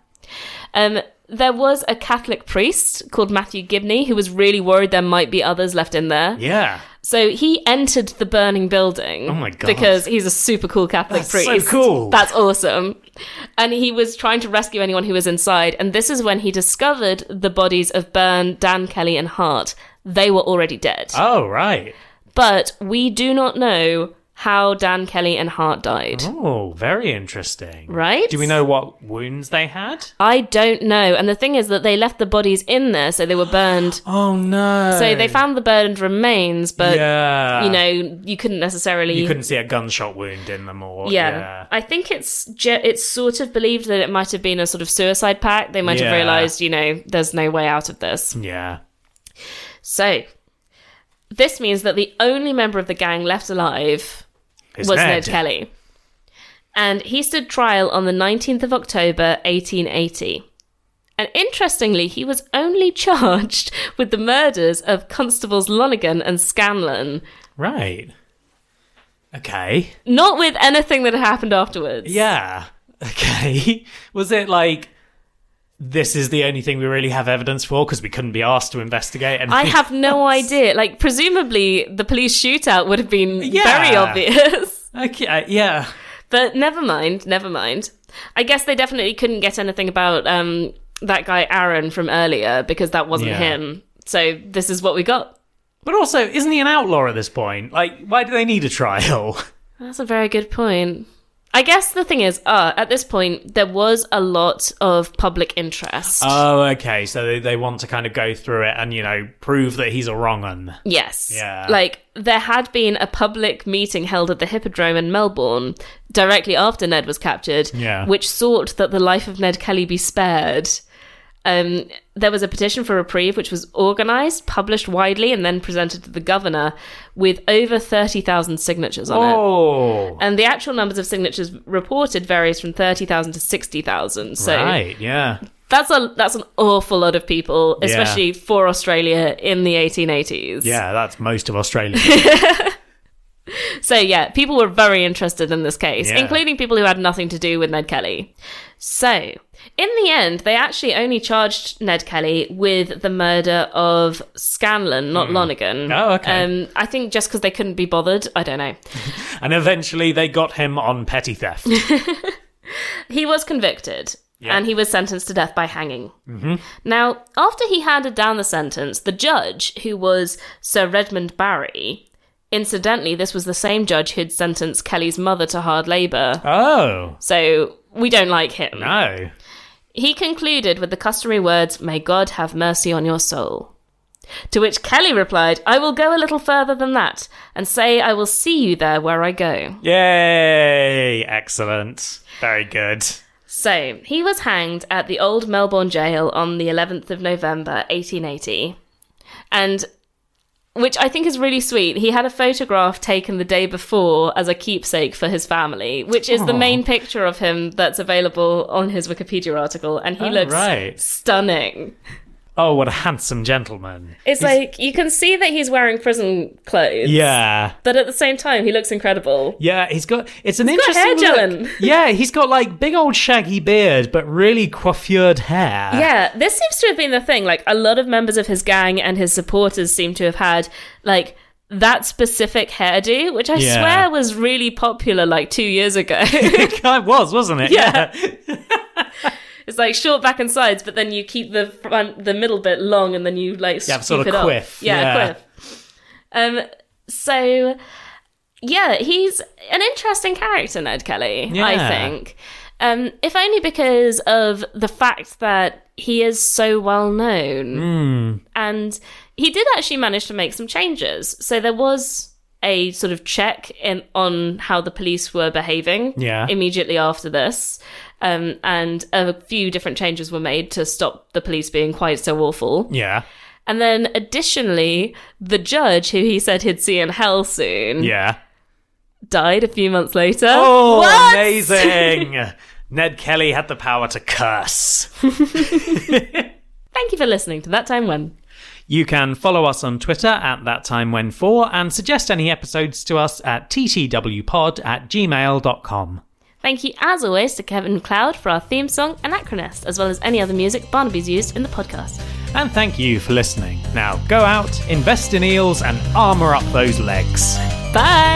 [SPEAKER 1] Um, there was a Catholic priest called Matthew Gibney who was really worried there might be others left in there.
[SPEAKER 2] Yeah.
[SPEAKER 1] So he entered the burning building. Oh
[SPEAKER 2] my God.
[SPEAKER 1] Because he's a super cool Catholic
[SPEAKER 2] That's so
[SPEAKER 1] priest.
[SPEAKER 2] cool.
[SPEAKER 1] That's awesome. And he was trying to rescue anyone who was inside. And this is when he discovered the bodies of Byrne, Dan Kelly, and Hart. They were already dead.
[SPEAKER 2] Oh right.
[SPEAKER 1] But we do not know how Dan Kelly and Hart died.
[SPEAKER 2] Oh, very interesting.
[SPEAKER 1] Right?
[SPEAKER 2] Do we know what wounds they had?
[SPEAKER 1] I don't know. And the thing is that they left the bodies in there, so they were burned.
[SPEAKER 2] Oh no.
[SPEAKER 1] So they found the burned remains, but
[SPEAKER 2] yeah.
[SPEAKER 1] you know, you couldn't necessarily.
[SPEAKER 2] you couldn't see a gunshot wound in them or
[SPEAKER 1] yeah.
[SPEAKER 2] yeah.
[SPEAKER 1] I think it's ge- it's sort of believed that it might have been a sort of suicide pact. They might have
[SPEAKER 2] Yeah.
[SPEAKER 1] realized, you know, there's no way out of this.
[SPEAKER 2] Yeah.
[SPEAKER 1] So this means that the only member of the gang left alive
[SPEAKER 2] It's
[SPEAKER 1] was Ned
[SPEAKER 2] Ned.
[SPEAKER 1] Kelly. And he stood trial on the 19th of October, 1880. And interestingly, he was only charged with the murders of Constables Lonigan and Scanlon,
[SPEAKER 2] Right. Okay.
[SPEAKER 1] not with anything that had happened afterwards.
[SPEAKER 2] Yeah. Okay. Was it like this is the only thing we really have evidence for because we couldn't be asked to investigate and
[SPEAKER 1] I have no idea. Like, presumably, the police shootout would have been
[SPEAKER 2] Yeah.
[SPEAKER 1] very obvious.
[SPEAKER 2] Okay, uh, yeah.
[SPEAKER 1] But never mind, never mind. I guess they definitely couldn't get anything about um, that guy Aaron from earlier because that wasn't
[SPEAKER 2] Yeah.
[SPEAKER 1] him. So this is what we got.
[SPEAKER 2] But also, isn't he an outlaw at this point? Like, why do they need a trial?
[SPEAKER 1] That's a very good point. I guess the thing is, uh, at this point, there was a lot of public interest.
[SPEAKER 2] Oh, okay. So they, they want to kind of go through it and, you know, prove that he's a wrong un.
[SPEAKER 1] yes.
[SPEAKER 2] yeah.
[SPEAKER 1] Like, there had been a public meeting held at the Hippodrome in Melbourne directly after Ned was captured,
[SPEAKER 2] Yeah.
[SPEAKER 1] which sought that the life of Ned Kelly be spared. Um, there was a petition for reprieve, which was organised, published widely, and then presented to the governor with over 30,000 signatures on it.
[SPEAKER 2] Oh.
[SPEAKER 1] And the actual numbers of signatures reported varies from 30,000 to 60,000. So
[SPEAKER 2] right, yeah.
[SPEAKER 1] that's a that's an awful lot of people, especially for Australia in the 1880s.
[SPEAKER 2] Yeah, that's most of Australia.
[SPEAKER 1] So yeah, people were very interested in this case,
[SPEAKER 2] Yeah.
[SPEAKER 1] including people who had nothing to do with Ned Kelly. So, in the end, they actually only charged Ned Kelly with the murder of Scanlon, not Lonigan.
[SPEAKER 2] Oh, okay.
[SPEAKER 1] Um, I think just because they couldn't be bothered. I don't know.
[SPEAKER 2] and eventually they got him on petty theft.
[SPEAKER 1] He was convicted.
[SPEAKER 2] Yeah. Mm-hmm.
[SPEAKER 1] and he was sentenced to death by hanging. Now, after he handed down the sentence, the judge, who was Sir Redmond Barry, incidentally, this was the same judge who'd sentenced Kelly's mother to hard labour,
[SPEAKER 2] Oh,
[SPEAKER 1] so we don't like him.
[SPEAKER 2] no.
[SPEAKER 1] He concluded with the customary words, May God have mercy on your soul. To which Kelly replied, I will go a little further than that and say I will see you there where I go.
[SPEAKER 2] Yay! Excellent. Very good.
[SPEAKER 1] So, he was hanged at the old Melbourne jail on the 11th of November, 1880. And which I think is really sweet. He had a photograph taken the day before as a keepsake for his family, which is the main picture of him that's available on his Wikipedia article. And he
[SPEAKER 2] Oh,
[SPEAKER 1] looks
[SPEAKER 2] right.
[SPEAKER 1] stunning.
[SPEAKER 2] Oh, what a handsome gentleman.
[SPEAKER 1] It's like you can see that he's wearing prison clothes.
[SPEAKER 2] Yeah.
[SPEAKER 1] But at the same time, he looks incredible.
[SPEAKER 2] Yeah, he's got. It's an
[SPEAKER 1] got
[SPEAKER 2] interesting.
[SPEAKER 1] hair
[SPEAKER 2] look.
[SPEAKER 1] gelling.
[SPEAKER 2] Yeah, he's got like big old shaggy beard, but really coiffured hair.
[SPEAKER 1] Yeah, this seems to have been the thing. Like, a lot of members of his gang and his supporters seem to have had, like, that specific hairdo, which I
[SPEAKER 2] Yeah.
[SPEAKER 1] swear was really popular like two years ago.
[SPEAKER 2] it kind of was, wasn't it?
[SPEAKER 1] Yeah. it's like short back and sides, but then you keep the front, the middle bit long, and then you like
[SPEAKER 2] have
[SPEAKER 1] scoop
[SPEAKER 2] sort of
[SPEAKER 1] it up.
[SPEAKER 2] quiff,
[SPEAKER 1] Yeah,
[SPEAKER 2] yeah.
[SPEAKER 1] quiff. Um. So, yeah, he's an interesting character, Ned Kelly. I
[SPEAKER 2] Yeah.
[SPEAKER 1] think, um, if only because of the fact that he is so well known, and he did actually manage to make some changes. So there was. A sort of check in on how the police were behaving
[SPEAKER 2] Yeah.
[SPEAKER 1] immediately after this. Um, and a few different changes were made to stop the police being quite so awful.
[SPEAKER 2] Yeah.
[SPEAKER 1] And then, additionally, the judge, who he said he'd see in hell soon,
[SPEAKER 2] Yeah.
[SPEAKER 1] died a few months later. Uh,
[SPEAKER 2] Oh,
[SPEAKER 1] What?
[SPEAKER 2] amazing! Ned Kelly had the power to curse.
[SPEAKER 1] Thank you for listening to That Time When.
[SPEAKER 2] You can follow us on Twitter at that time when four and suggest any episodes to us at ttwpod at gmail.com.
[SPEAKER 1] Thank you, as always, to Kevin Cloud for our theme song, Anachronist, as well as any other music Barnaby's used in the podcast.
[SPEAKER 2] And thank you for listening. Now go out, invest in eels, and armour up those legs.
[SPEAKER 1] Bye!